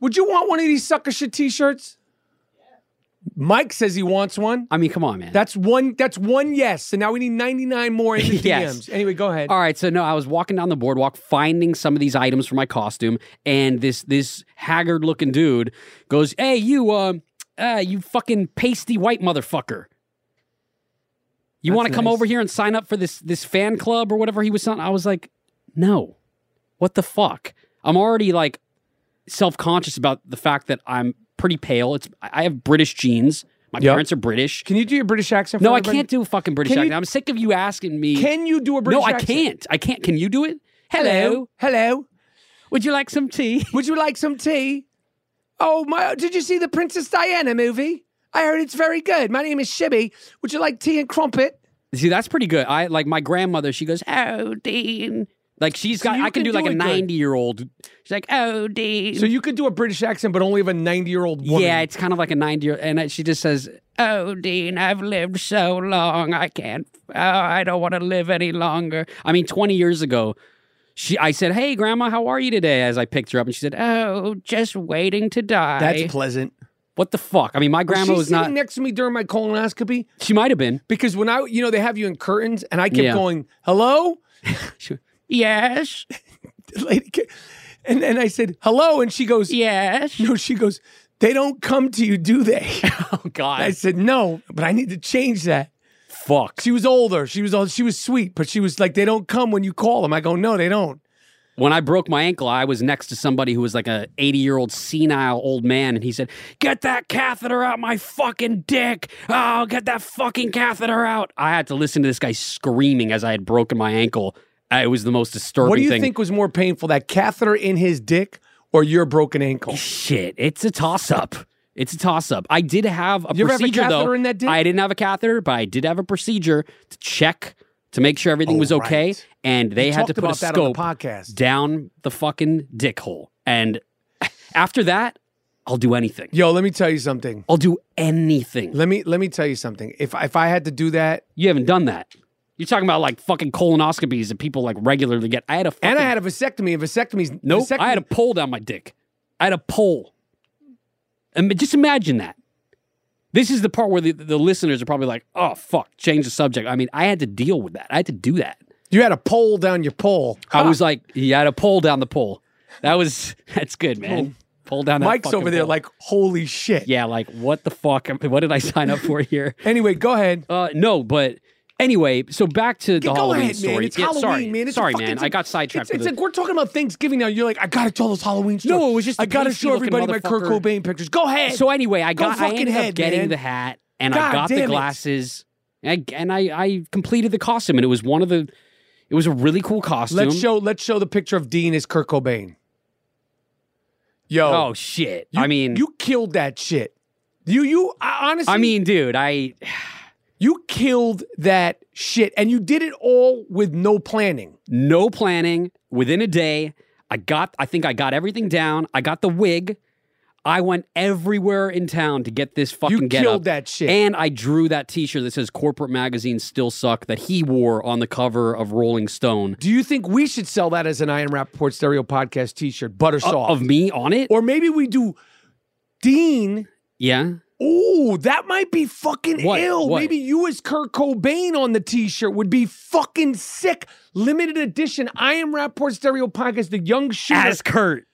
would you want one of these sucker shit T-shirts? Mike says he wants one.
I mean, come on, man.
That's one. That's one yes. And now we need 99 more in the
Yes.
DMs. Anyway, go ahead.
All right, so no, I was walking down the boardwalk finding some of these items for my costume, and this this haggard looking dude goes, "Hey, you, uh, uh you fucking pasty white motherfucker." You
That's
want to come
nice.
over here and sign up for this this fan club or whatever he was on? I was like, no, what the fuck? I'm already like self conscious about the fact that I'm pretty pale. It's I I have British genes. My
Yep.
parents are British.
Can you do your British accent? For
No, I
everybody?
can't do a fucking British
Can you-
accent. I'm sick of you asking me.
Can you do a British
no, I
accent?
can't. I can't. Can you do it?
Hello. Hello.
Would you like some tea?
Would you like some tea? Oh, my. Did you see the Princess Diana movie? I heard it's very good. My name is Shibby. Would you like tea and crumpet?
See, that's pretty good. I like my grandmother. She goes, "Oh, Dean." Like she's
So
got.
you
I
can
can do
do
like
it
a
good.
ninety-year-old. She's like, "Oh, Dean."
So you could do a British accent, but only of a 90 year old woman.
yeah, it's kind of like a ninety-year. And I- she just says, "Oh, Dean, I've lived so long. I can't. Oh, I don't want to live any longer." I mean, twenty years ago. She, I said, "Hey, Grandma, how are you today?" As I picked her up, and she said, "Oh, just waiting to die."
pleasant.
what the fuck. I mean, my
Was
grandma
she
was
sitting
not.
next to me during my colonoscopy?
she might have been.
Because when I, you know, they have you in curtains, and I kept
Yeah.
going, hello?
She, yes,
The lady ca- and then I said, hello. And she goes,
yes.
no, she goes, they don't come to you, do they?
Oh God.
I said, no, but I need to change that.
fuck.
She was older. She was old. She was sweet, but she was like, they don't come when you call them. I go, no, they don't.
When I broke my ankle, I was next to somebody who was like a 80 year old senile old man, and he said, "Get that catheter out my fucking dick! Oh, get that fucking catheter out!" I had to listen to this guy screaming as I had broken my ankle. Uh, It was the most disturbing
What do you
thing.
think was more painful, that catheter in his dick or your broken ankle?
Shit, it's a toss up. It's a toss up. I did have a
You ever have a
procedure though.
catheter in that dick?
I didn't have a catheter, but I did have a procedure to check to make sure everything
Oh,
was okay,
right.
and they
You
had to
talked
put a
about that on the
scope
podcast.
down the fucking dick hole. And after that, I'll do anything.
Yo, let me tell you something.
I'll do anything.
Let me let me tell you something. If if I had to do that,
You haven't done that. You're talking about like fucking colonoscopies that people like regularly get. I had a fucking,
and I had a vasectomy, and vasectomies.
nope.
vasectomy,
I had a pole down my dick. I had a pole. And just imagine that. This is the part where the, the listeners are probably like, "Oh fuck, change the subject." I mean, I had to deal with that. I had to do that.
you had a pole down your pole. Ah,
I was like, "You had a pole down the pole." That was that's good, man. Pull down. That
Mike's
fucking
over there,
pole.
like holy shit.
yeah, like what the fuck? What did I sign up for here?
Anyway, go ahead.
Uh, no, but anyway, so back to the
Go
Halloween
ahead,
story.
man. It's
Yeah,
Halloween,
sorry,
man. It's a
sorry,
fucking-
man.
it's a-
I got sidetracked.
It's, it's
with
like we're talking about Thanksgiving now. You're like, I gotta tell those Halloween stories.
No, it was just
I
the
gotta
pasty
show everybody my
looking
Kurt
motherfucker.
Cobain pictures. Go ahead.
so anyway, I
Go
got. I
fucking
ended
ahead,
up getting
man.
the hat, and
God
I got
damn
the
it.
glasses, and I, and I I completed the costume, and it was one of the. It was a really cool costume.
let's show let's show the picture of Dean as Kurt Cobain. Yo,
Oh shit!
you-
I mean,
you killed that shit. You you I, honestly,
I mean, dude, I
you killed that shit, and you did it all with no planning.
no planning within a day i got i think i got everything down i got the wig i went everywhere in town to get this fucking
You
get
killed
up.
that shit.
and i drew that t-shirt that says corporate magazines still suck that he wore on the cover of rolling stone
Do you think we should sell that as an Iron Rapport Stereo Podcast T-shirt, butter
O-
soft,
Uh, of me on it
or maybe we do Dean.
yeah
Ooh, that might be fucking
What?
ill.
What?
Maybe you as Kurt Cobain on the T-shirt would be fucking sick. Limited edition. I am Rapport Stereo Podcast. The Young Shooter.
as kurt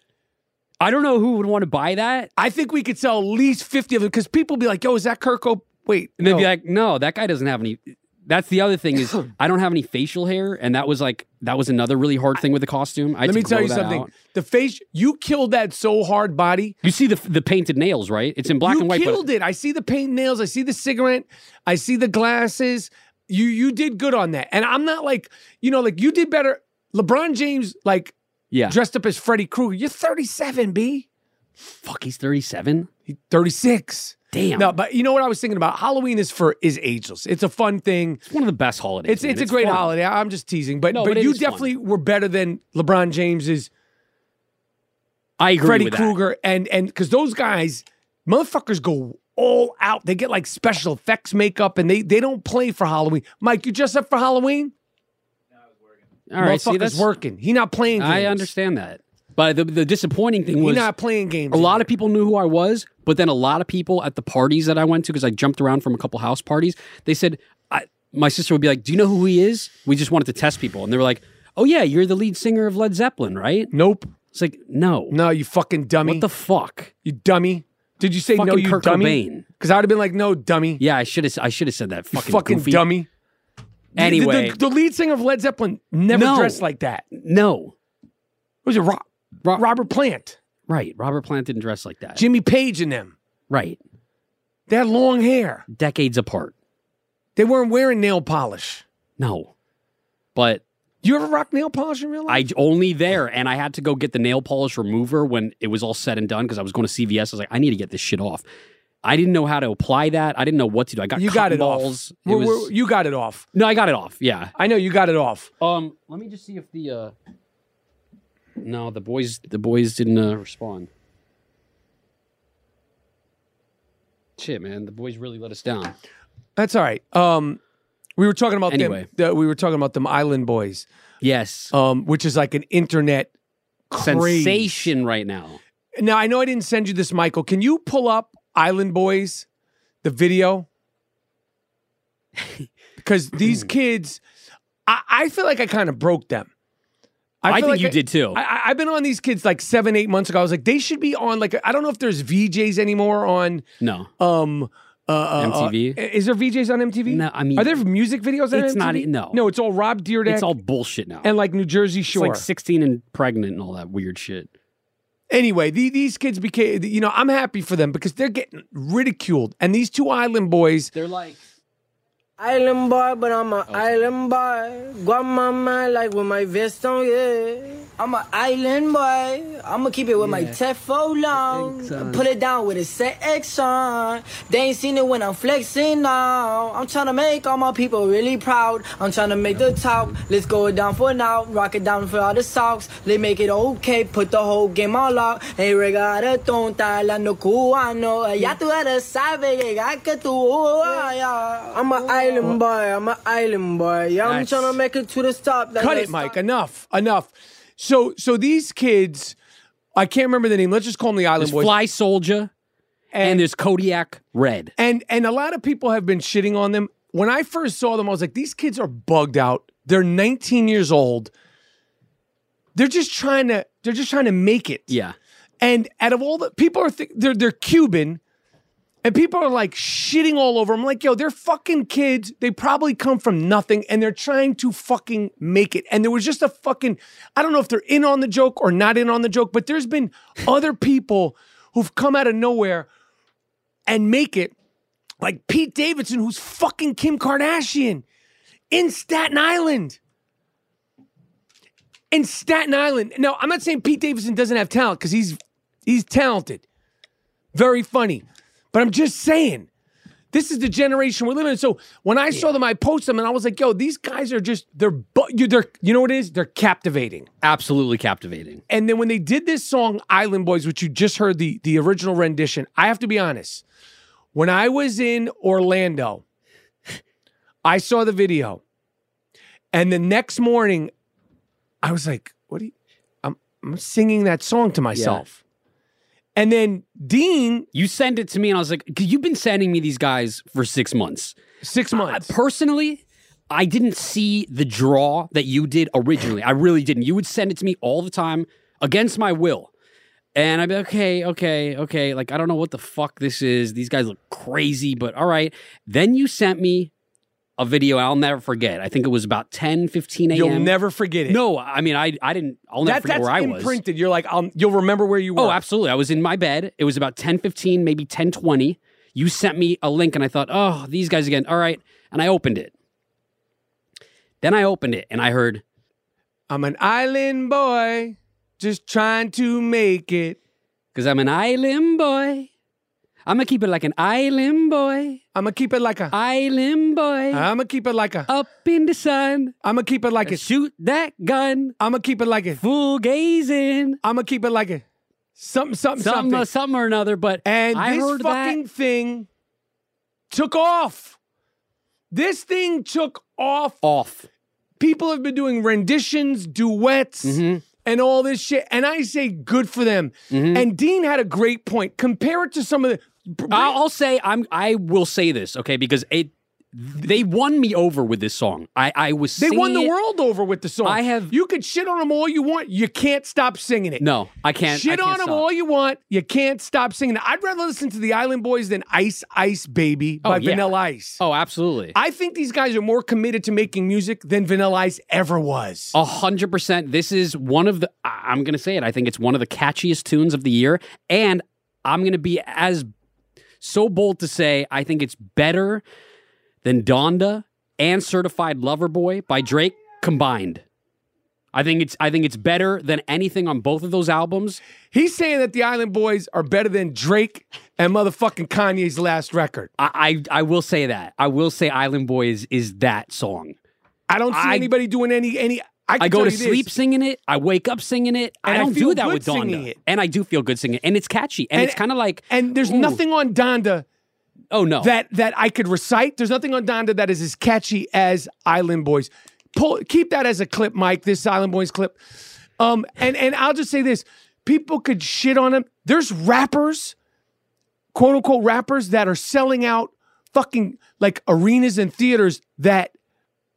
i don't know who would want to buy that
I think we could sell at least fifty of them because people be like, "Yo, is that Kurt Cobain?" Wait,
and they'd
no.
be like no that guy doesn't have any that's the other thing is i don't have any facial hair and that was like that was another really hard thing with the costume I had
Let
to
me tell
grow
you
that
something.
out.
The face you killed that so hard, body.
You see the the painted nails, right? It's in black
you
and white.
killed
But
it. I see the paint nails. I see the cigarette. I see the glasses. You you did good on that. And I'm not like you know like you did better. LeBron James like
yeah,
dressed up as Freddy Krueger. You're 37, b.
fuck, he's thirty seven.
He 36.
Damn,
No, but you know what I was thinking about? Halloween is for is ageless. It's a fun thing.
it's one of the best holidays.
It's
man.
it's, a great
fun.
holiday. I'm just teasing, but
No,
but,
but it
you
is fun.
definitely were better than LeBron James's
I agree
Freddy
with that.
Krueger and and because those guys, motherfuckers go all out. They get like special effects makeup and they they don't play for Halloween. Mike, you dress up for Halloween?
All right, see,
Motherfucker's
that's
working. He not playing. Games.
I understand that, but the, the disappointing thing
He
was
not playing games.
a lot of people knew who I was, but then a lot of people at the parties that I went to because I jumped around from a couple house parties. They said I, my sister would be like, "Do you know who he is?" We just wanted to test people, and they were like, "Oh yeah, you're the lead singer of Led Zeppelin, right?"
Nope.
It's like, no,
No, you fucking dummy.
what the fuck?
you dummy. Did you say no?
Fucking
You
Kurt
dummy.
Cobain.
Because I would have been like, no, dummy.
Yeah, I should have. I should have said that.
you
Fucking,
fucking
goofy.
dummy. The- the-
Anyway,
the, the lead singer of Led Zeppelin never
No.
dressed like that.
no.
Was it Ro-
Ro-
Robert Plant,
Right. Robert Plant didn't dress like that.
Jimmy Page, and them?
right.
They had long hair.
Decades apart.
They weren't wearing nail polish.
No. But
You ever rock nail polish in real life?
I only there and I had to go get the nail polish remover when it was all said and done because I was going to CVS. I was like, I need to get this shit off. I didn't know how to apply that. I didn't know what to do. I got
you got
cotton
it
balls.
off.
It
We're-
was-
we're- you got it off.
no, I got it off. Yeah.
I know you got it off.
Um, let me just see if the uh No, the boys the boys didn't uh, respond. Shit, man, the boys really let us down.
That's all right. Um, we were talking about
Anyway.
them. The, we were talking about them Island Boys,
Yes.
um, which is like an internet craze.
Sensation right now.
Now I know I didn't send you this, Michael. Can you pull up Island Boys, the video? Because these kids, I, I feel like I kind of broke them.
I,
feel
think
like
you did too.
I, I- I've been on these kids like seven, eight months ago. I was like, they should be on like I don't know if there's VJs anymore on
no,
um uh, uh, uh,
MTV?
is there VJs on MTV?
No, I mean-
are there music videos? On
It's
MTV?
not- e-, no.
no, it's all Rob Dyrdek
it's all bullshit now.
and like New Jersey
it's
Shore.
like sixteen and pregnant and all that weird shit.
anyway, the, these kids became. You know, I'm happy for them because they're getting ridiculed, and these two island boys.
They're like,
Island boy, but I'm a island boy. Got my mind like with my vest on, yeah. I'm an island boy. I'ma keep it with my Teflon. Put it down with a set X on. They ain't seen it when I'm flexing now. I'm trying to make all my people really proud. I'm trying to make the top. Let's go down for now. Rock it down for all the socks. They make it okay. Put the whole game all out. Hey, regada tonta, la no cubano. Ya tú eres sabe llegar que tú. I'm an island boy. I'm an island boy. Yeah, I'm
Nice.
trying to make it to the top. Like,
Cut
let's
it,
stop.
Mike. Enough. Enough. So so these kids, I can't remember the name. Let's just call them the Island
There's
Boys.
Fly Soldier and,
And-
there's Kodiak Red.
And and a lot of people have been shitting on them. When I first saw them, I was like, these kids are bugged out. They're 19 years old. They're just trying to they're just trying to make it.
Yeah.
And out of all the people are th- they're they're Cuban, and people are like shitting all over. them. like, yo, they're fucking kids. They probably come from nothing, and they're trying to fucking make it. And there was just a fucking I don't know if they're in on the joke or not in on the joke, but there's been other people who've come out of nowhere and make it, like Pete Davidson, who's fucking Kim Kardashian in Staten Island in Staten Island. Now, I'm not saying Pete Davidson doesn't have talent because he's he's talented, very funny. But I'm just saying, this is the generation we're living in. So when I saw them, I posted them, and I was like, "Yo, these guys are just they're bu- you they're you know what it is? They're captivating."
Absolutely captivating.
And then when they did this song Island Boys, which you just heard the the original rendition, I have to be honest. When I was in Orlando, I saw the video. And the next morning, I was like, what do you I'm I'm singing that song to myself. And then Dean,
You send it to me and I was like, you you've been sending me these guys for six months.
six months.
I- personally, I didn't see the draw that you did originally. I really didn't. You would send it to me all the time against my will. And I'd be like, okay, okay, okay. Like, I don't know what the fuck this is. These guys look crazy, but all right. Then you sent me a video I'll never forget. I think it was about 10, 15 a.m.
You'll never forget it.
No, I mean, I, I didn't, I'll never
that,
forget
that's
where I was.
imprinted. You're like, I'll, you'll remember where you were.
Oh, absolutely. I was in my bed. It was about ten fifteen, maybe ten twenty. You sent me a link and I thought, oh, these guys again. All right. And I opened it. Then I opened it and I heard,
I'm an island boy, just trying to make it.
because I'm an island boy. I'm going to keep it like an island boy.
I'ma keep it like a
Island boy.
I'ma keep it like a
up in the sun.
I'ma keep it like it.
Shoot that gun.
I'ma keep it like it.
Full gazing.
I'ma keep it like it. Something, something,
Something,
something.
uh, something or another. But
and
I
this
heard
fucking
that.
thing took off. This thing took off.
Off.
People have been doing renditions, duets,
Mm-hmm.
and all this shit. And I say good for them. And Dean had a great point. Compare it to some of the
I'll, I'll say I'm. I will say this, okay, because it they won me over with this song. I I was
They won the
singing it-
world over with the song.
I have-
You could shit on them all you want. You can't stop singing it.
No, I can't. I
Shit
can't
on them
stop.
all you want. You can't stop singing it. I'd rather listen to the Island Boys than Ice Ice Baby by
yeah.
Vanilla Ice.
Oh, absolutely.
I think these guys are more committed to making music than Vanilla Ice ever was.
A hundred percent. This is one of the. I- I'm gonna say it. I think it's one of the catchiest tunes of the year, and I'm gonna be as so bold to say I think it's better than Donda and Certified Lover Boy by Drake combined. I think it's I think it's better than anything on both of those albums.
He's saying that the Island Boys are better than Drake and motherfucking Kanye's last record.
I, I I will say that. I will say Island Boys is that song.
I don't see
I-
anybody doing any any. I, can
I go
tell
to
you
sleep
This.
singing it. I wake up singing it.
And
I
I
don't
feel
do that
good
with
singing
Donda.
it.
And I do feel good singing it. And it's catchy. And,
And-
it's kind of like
And there's
ooh,
nothing on Donda
Oh no.
that that I could recite. There's nothing on Donda that is as catchy as Island Boys. Pull, keep that as a clip, Mike. This Island Boys clip. Um, and and I'll just say this: people could shit on them. There's rappers, quote unquote rappers, that are selling out fucking like arenas and theaters. That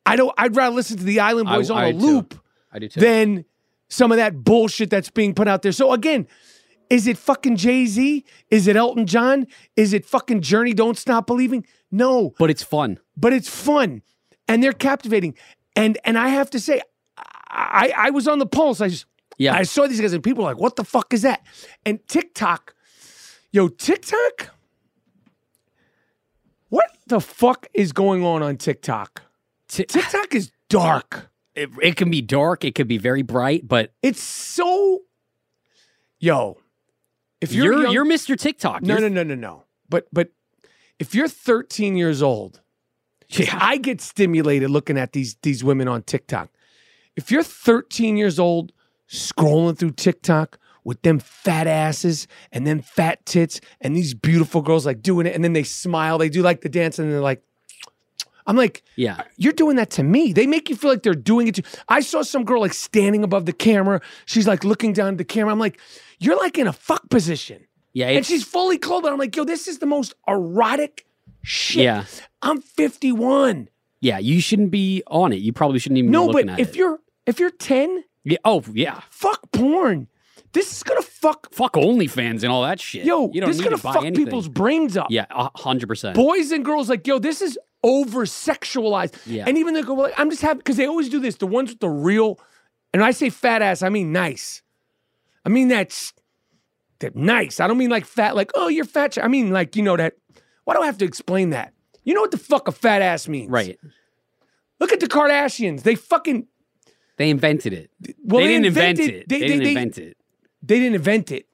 I don't. I'd rather listen to the Island
I-
Boys on
I
a
do too.
loop
I do too.
than some of that bullshit that's being put out there. So again, is it fucking Jay Z? Is it Elton John? Is it fucking Journey? Don't stop believing. No,
but it's fun.
but it's fun, and they're captivating. And and I have to say, I I was on the pulse. I just
Yeah.
I saw these guys and people were like, what the fuck is that? And TikTok, yo TikTok, what the fuck is going on on TikTok?
Ti-
TikTok is dark.
it, it can be dark, it could be very bright, but
It's so. Yo, if
you're
you're
you're,
young-
Mr. TikTok.
no
You're-
no no no no, but but if you're 13 years old,
Yeah.
I get stimulated looking at these these women on TikTok. If you're 13 years old scrolling through TikTok with them fat asses and them fat tits and these beautiful girls like doing it and then they smile, they do like the dance and they're like I'm like
Yeah.
you're doing that to me. They make you feel like they're doing it to I saw some girl like standing above the camera. She's like looking down at the camera. I'm like, you're like in a fuck position.
Yeah.
And
It's,
she's fully clothed. And I'm like, yo, this is the most erotic shit.
Yeah.
I'm 51.
yeah. You shouldn't be on it. You probably shouldn't even
No,
be looking
but
at
if
it.
you're if you're 10,
Yeah, oh, yeah.
fuck porn. This is gonna fuck
Fuck OnlyFans and all that shit.
yo,
you don't
this is
need
gonna
to buy
fuck
anything.
people's brains up.
Yeah, a hundred percent.
Boys and girls, like, yo, this is over sexualized.
Yeah.
And even they go, well, I'm just happy because they always do this. The ones with the real, and when I say fat ass, I mean nice. I mean that's that nice. I don't mean like fat, like, oh, you're fat. ch-" I mean like, you know, that why do I have to explain that? You know what the fuck a fat ass means?
Right.
Look at the Kardashians. They fucking
They invented it.
well,
they, didn't invent
invented-
it.
They,
They,
they,
didn't
they-
invent it.
they didn't invent it.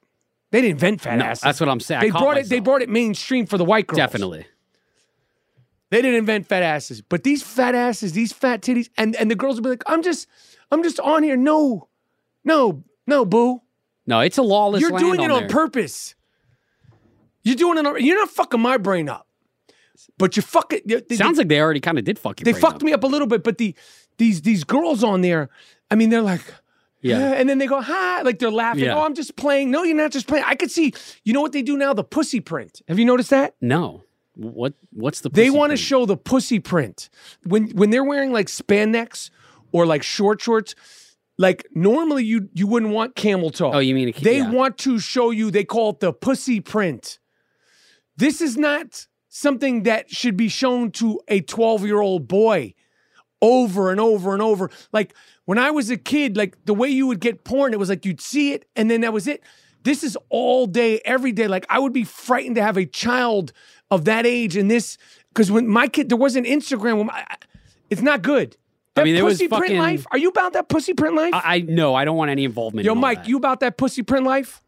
They didn't invent fat
No,
asses.
that's what I'm saying. I
They
caught
brought it. They
myself.
brought it mainstream for the white girls.
Definitely.
They didn't invent fat asses, but these fat asses, these fat titties, and and the girls would be like, "I'm just, I'm just on here." No, no, no, boo.
No, it's a lawless.
You're
land
doing it on
there.
purpose. You're doing it. On, you're not fucking my brain up, but you're fucking. They, they-
Sounds like they already kind of did fuck you.
they fucked me up a little bit, but the these these girls on there, I mean, they're like.
Yeah.
"Ah," And then they go, ha, like they're laughing.
Yeah.
Oh, I'm just playing. No, you're not just playing. I could see, you know what they do now? The pussy print. Have you noticed that?
No. What? What's the?
They
pussy
want to
thing?
show the pussy print when when they're wearing like spandex or like short shorts. Like normally you you wouldn't want camel toe.
Oh, you mean a,
they
yeah.
want to show you. They call it the pussy print. This is not something that should be shown to a twelve year old boy over and over and over. Like when I was a kid, like the way you would get porn, it was like you'd see it and then that was it. This is all day, every day. Like I would be frightened to have a child of that age in this because when my kid, there wasn't Instagram. When my, it's not good. That
mean, there was
pussy print
fucking-
life. Are you about that pussy print life?
I, I no. I don't want any involvement.
Yo,
in all
Mike,
that.
you about that pussy print life?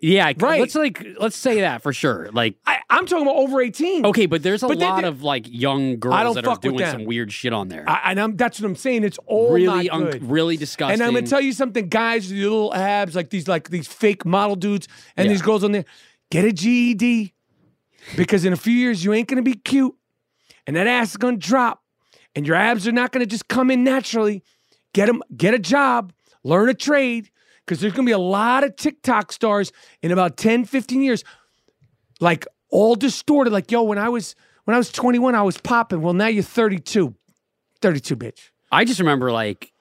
Yeah.
Right.
Let's like let's say that for sure. Like
I, I'm talking about over 18.
okay, but there's a
But they-
lot
they-
of like young girls
I don't
that are
fuck with
doing
them.
some weird shit on there.
I, and I'm, that's what I'm saying. It's all
really,
not good.
really disgusting.
And I'm gonna tell you something, guys. with Your little abs, like these, like these fake model dudes, and
Yeah.
these girls on there. Get a GED, because in a few years you ain't gonna be cute, and that ass is gonna drop, and your abs are not gonna just come in naturally. Get them, get a job, learn a trade, because there's gonna be a lot of TikTok stars in about 10, 15 years, like all distorted. Like yo, when I was when I was 21, I was popping. Well, now you're 32, 32, bitch.
I just remember like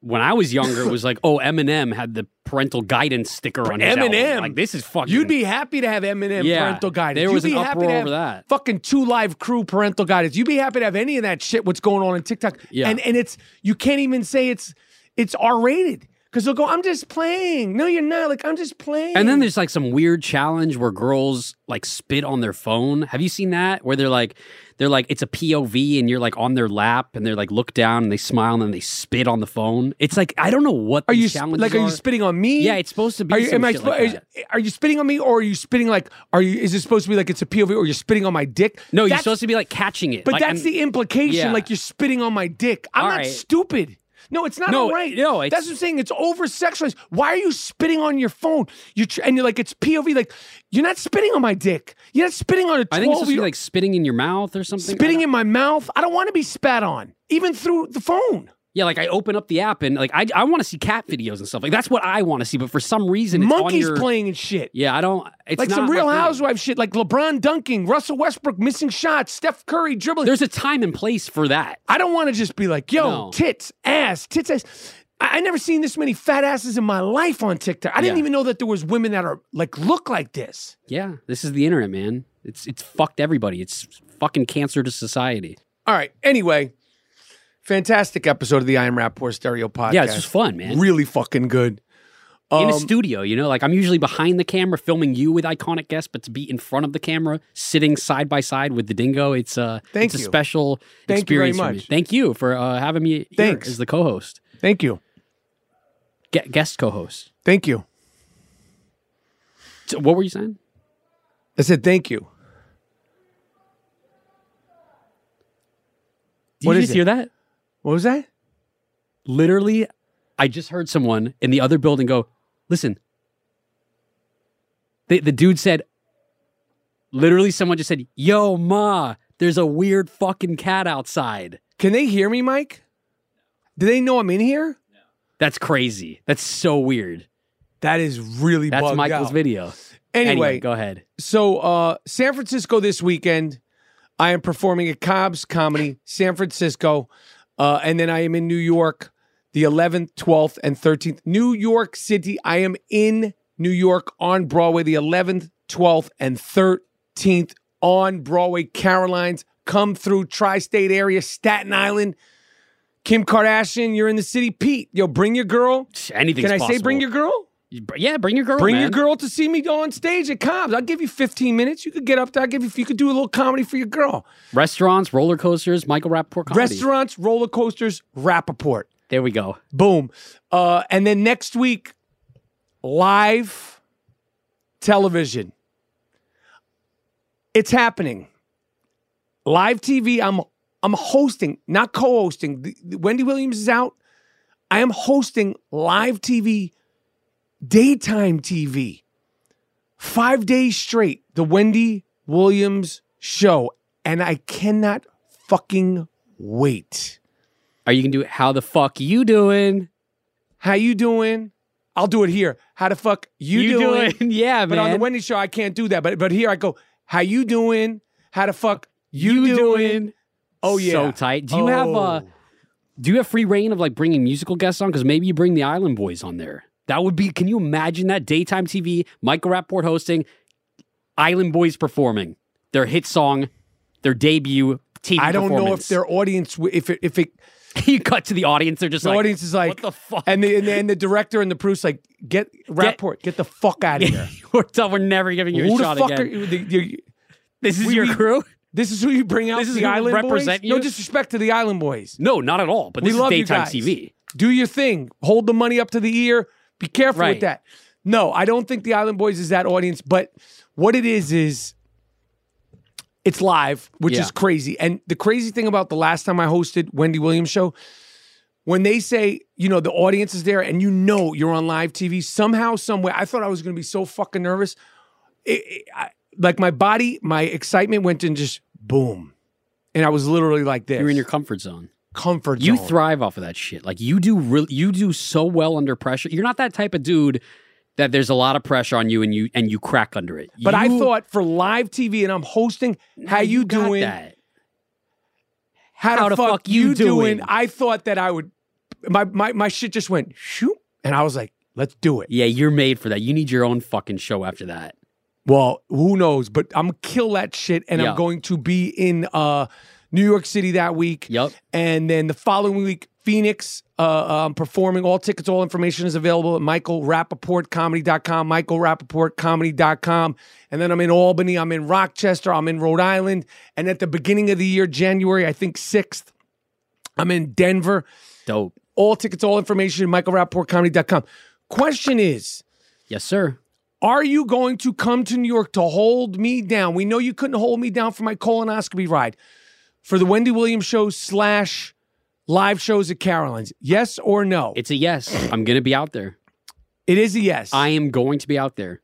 when I was younger, it was like, oh, Eminem had the parental guidance sticker on his album.
Eminem.
Like this is fucking.
You'd be happy to have Eminem
Yeah,
parental guidance.
there
You'd
was
be
an
happy
uproar
to have
over that.
Fucking two live crew parental guidance. You'd be happy to have any of that shit. What's going on in TikTok?
Yeah.
and and it's you can't even say it's it's R rated because they'll go. I'm just playing. No, you're not. Like I'm just playing.
And then there's like some weird challenge where girls like spit on their phone. Have you seen that? Where they're like, they're like, it's a POV and you're like on their lap and they're like, look down and they smile and then they spit on the phone. It's like, I don't know what
are
these
you sp-
challenges
like? Are you spitting on me?
Yeah, it's supposed to be
Are you,
some
am I
shit
sp-
like
is-
that.
are you spitting on me or are you spitting like are you is it supposed to be like it's a POV or you're spitting on my dick?
No, you're
That's-
supposed to be like catching it.
But
Like,
that's
I'm-
the implication.
Yeah.
Like you're spitting on my dick. I'm
All
not
right.
stupid. No, it's not
No,
all right.
no, it's-
that's what I'm saying. It's over sexualized. Why are you spitting on your phone? You tr- and you're like it's POV. Like you're not spitting on my dick. You're not spitting on a
I
twelve
think it's supposed to be
year
like spitting in your mouth or something.
spitting
I
in my mouth. I don't want to be spat on, even through the phone.
Yeah, like I open up the app and like I, I want to see cat videos and stuff. Like that's what I want to see. But for some reason, it's on
Monkeys
your-
playing and shit.
Yeah, I don't. It's
like
not
some
my
Real
thing.
Housewives shit, like LeBron dunking, Russell Westbrook missing shots, Steph Curry dribbling.
There's a time and place for that.
I don't want to just be like, yo,
No.
tits, ass, tits, ass. I, I never seen this many fat asses in my life on TikTok. I didn't
Yeah.
even know that there was women that are like look like this.
Yeah, this is the internet, man. It's it's fucked everybody. It's fucking cancer to society.
All right. Anyway, fantastic episode of the I Am Rapport Stereo podcast.
Yeah, this was fun, man.
Really fucking good.
in a
Um,
studio, you know, like I'm usually behind the camera filming you with iconic guests, but to be in front of the camera, sitting side by side with the dingo, it's uh,
Thank
it's a
you.
special
Thank you very
experience for me.
much.
Thank you for uh, having me here
Thanks.
as the co-host,
Thank you.
Gu- guest co-host.
Thank you.
So what were you saying?
I said thank you.
Did
What
you
is
just
it?
hear that?
What was that?
Literally, I just heard someone in the other building go, "Listen." The, the dude said, literally, someone just said, "Yo, ma, there's a weird fucking cat outside."
Can they hear me, Mike? Do they know I'm in here?
That's crazy. That's so weird.
That is really
That's
bugged
Michael's
out.
video.
Anyway,
go ahead.
so uh, San Francisco this weekend. I am performing at Cobb's Comedy, San Francisco, uh, and then I am in New York, the 11th, 12th, and 13th. New York City. I am in New York on Broadway, the 11th, 12th, and 13th on Broadway. Caroline's come through tri-state area, Staten Island. Kim Kardashian, you're in the city. Pete, yo, bring your girl.
Anything's
Can I
possible.
say bring your girl?
You br- Yeah, bring your girl.
Bring your
man.
girl to see me on stage at Cobb's. I'll give you 15 minutes. You could get up there. I'll give you, you could do a little comedy for your girl.
Restaurants, roller coasters, Michael Rappaport comedy.
Restaurants, roller coasters, Rappaport.
There we go.
Boom. Uh, and then next week, live television. It's happening. Live TV. I'm I'm hosting, not co-hosting. The- the- Wendy Williams is out. I am hosting live TV, daytime TV, five days straight. The Wendy Williams show, and I cannot fucking wait.
Are you gonna do it? How the fuck you doing?
How you doing? I'll do it here. How the fuck you, doing?
yeah,
But
man.
on the Wendy show, I can't do that. But but here I go. How you doing? How the fuck you, doing? Oh yeah.
So tight. Do you have uh?
Oh.
Do you have free reign of like bringing musical guests on? Because maybe you bring the Island Boys on there. That would be. Can you imagine that daytime TV? Michael Rapport hosting, Island Boys performing their hit song, their debut TV.
I don't know if
performance.
their audience w- if it, if it,
you cut to the audience. They're just
the
like
audience is like
what the fuck?
and the, and the and the director and the producer like get Rapport get the fuck out of here.
we're done. We're never giving you
Who
a
the
shot
fuck
again.
are you? The, you-
this is
we-
your
we-
crew?
this is who you bring out.
This is
the
who
Island
represent
boys.
you?
No disrespect to the Island Boys.
No, not at all. But
We
this
love you
is daytime
guys.
TV.
do your thing. Hold the money up to the ear. Be careful
Right.
with that. No, I don't think the Island Boys is that audience, but what it is is it's live, which
Yeah.
is crazy. And the crazy thing about the last time I hosted Wendy Williams show, when they say, you know, the audience is there and you know you're on live TV, somehow, somewhere, I thought I was going to be so fucking nervous. It- it- I, like my body, my excitement went in just boom. And I was literally like this.
You're in your comfort zone.
comfort
You
zone.
thrive off of that shit. Like you do. Real, you do so well under pressure. You're not that type of dude that there's a lot of pressure on you and you and you crack under it.
But I
You-
thought for live TV and I'm hosting, how you,
got
doing?
That.
How,
How
the fuck, you doing?
doing?
I thought that I would. My my my shit just went shoot, and I was like, let's do it.
Yeah, you're made for that. You need your own fucking show after that.
Well, who knows? But I'm gonna kill that shit, and
Yeah.
I'm going to be in uh New York City that week.
Yep.
And then the following week, Phoenix, uh, um, performing. All tickets, all information is available at michaelrappaportcomedy.com, michaelrappaportcomedy.com. And then I'm in Albany, I'm in Rochester, I'm in Rhode Island. And at the beginning of the year, January, I think 6th, I'm in Denver.
Dope.
All tickets, all information at michaelrappaportcomedy.com. Question is,
Yes, sir.
are you going to come to New York to hold me down? We know you couldn't hold me down for my colonoscopy ride for the Wendy Williams show slash live shows at Caroline's. Yes or no?
It's a yes. I'm gonna be out there.
it is a yes.
I am going to be out there.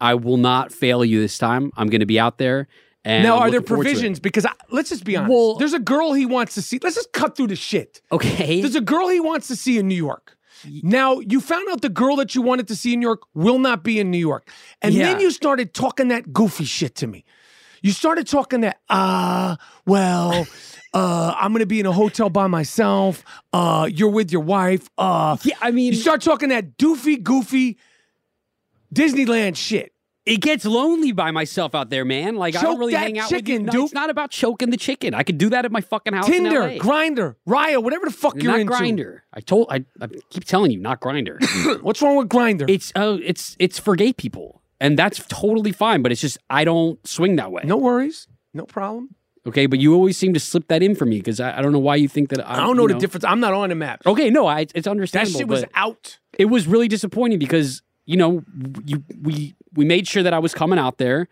I will not fail you this time. I'm going to be out there. And
now,
I'm
are there
looking forward to it.
provisions? Because I, let's just be honest.
Well-
There's a girl he wants to see. Let's just cut through the shit.
Okay.
There's a girl he wants to see in New York. Now, you found out the girl that you wanted to see in New York will not be in New York. And then
Yeah.
you started talking that goofy shit to me. You started talking that, uh, well, uh, I'm going to be in a hotel by myself. Uh, you're with your wife. Uh,
yeah, I mean,
you start talking that doofy, goofy Disneyland shit.
It gets lonely by myself out there, man. Like I
Choke
don't really
that
hang out
chicken,
with you. No,
dude.
it's not about choking the chicken. I could do that at my fucking house.
Tinder,
in LA.
Grinder, Raya, whatever the fuck you're
not
into.
grinder. I told I, I keep telling you, not grinder.
What's wrong with Grinder?
it's uh, it's it's for gay people, and that's totally fine. But it's just I don't swing that way.
No worries, no problem.
Okay, but you always seem to slip that in for me because I, I don't know why you think that.
I
I,
don't know
you
the difference. I'm not on the map.
Okay, no, I, it's
That
understandable.
shit was
but-
out.
it was really disappointing because you know you we we made sure that I was coming out there,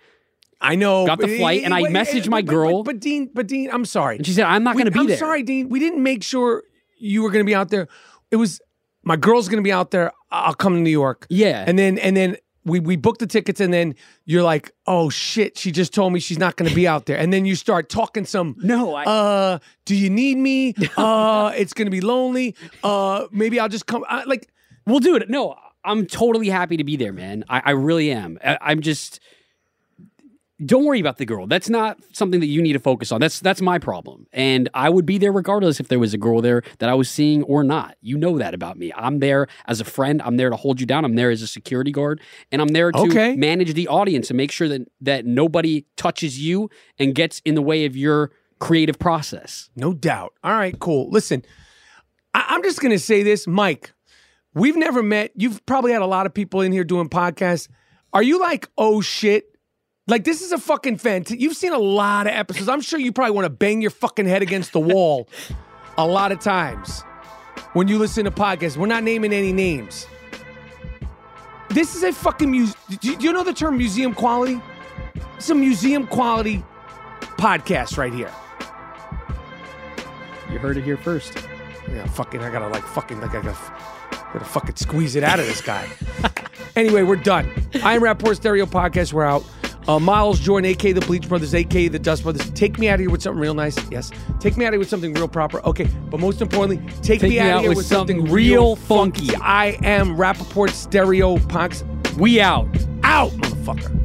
I know.
Got the
but-
flight, and I
but-
messaged my
but- but-
girl.
But, Dean, but Dean, I'm sorry.
and she said, "I'm not
We-
going to be
I'm
there."
sorry, Dean. We didn't make sure you were going to be out there. It was my girl's going to be out there. I'll come to New York.
Yeah,
And then and then we we booked the tickets and then you're like, "Oh shit, she just told me she's not going to be out there." And then you start talking some
no, I,
uh, do you need me? Uh, it's going to be lonely. Uh, maybe I'll just come I, like
well, dude, no, I'm totally happy to be there, man. I, I really am. I, I'm just. Don't worry about the girl. That's not something that you need to focus on. That's that's my problem. And I would be there regardless if there was a girl there that I was seeing or not. You know that about me. I'm there as a friend. I'm there to hold you down. I'm there as a security guard, and I'm there to
Okay.
manage the audience and make sure that that nobody touches you and gets in the way of your creative process.
No doubt. All right, cool. Listen, I- I'm just going to say this, Mike. We've never met. You've probably had a lot of people in here doing podcasts. Are you like, oh shit? Like, this is a fucking fant. You've seen a lot of episodes. I'm sure you probably want to bang your fucking head against the wall a lot of times when you listen to podcasts. We're not naming any names. This is a fucking muse. Do you- do you know the term museum quality? It's a museum quality podcast right here.
You heard it here first.
Yeah, fucking, I gotta like fucking, like I gotta, gotta fucking squeeze it out of this guy. anyway, we're done. I am Rapport Stereo Podcast. We're out. Uh, Miles Jordan, aka the Bleach Brothers, aka the Dust Brothers. Take me out of here with something real nice. Yes. Take me out of here with something real proper. Okay. But most importantly, take, me, out, of here with, something, real funky. I am Rappaport Stereo Pox.
We out.
Out, motherfucker.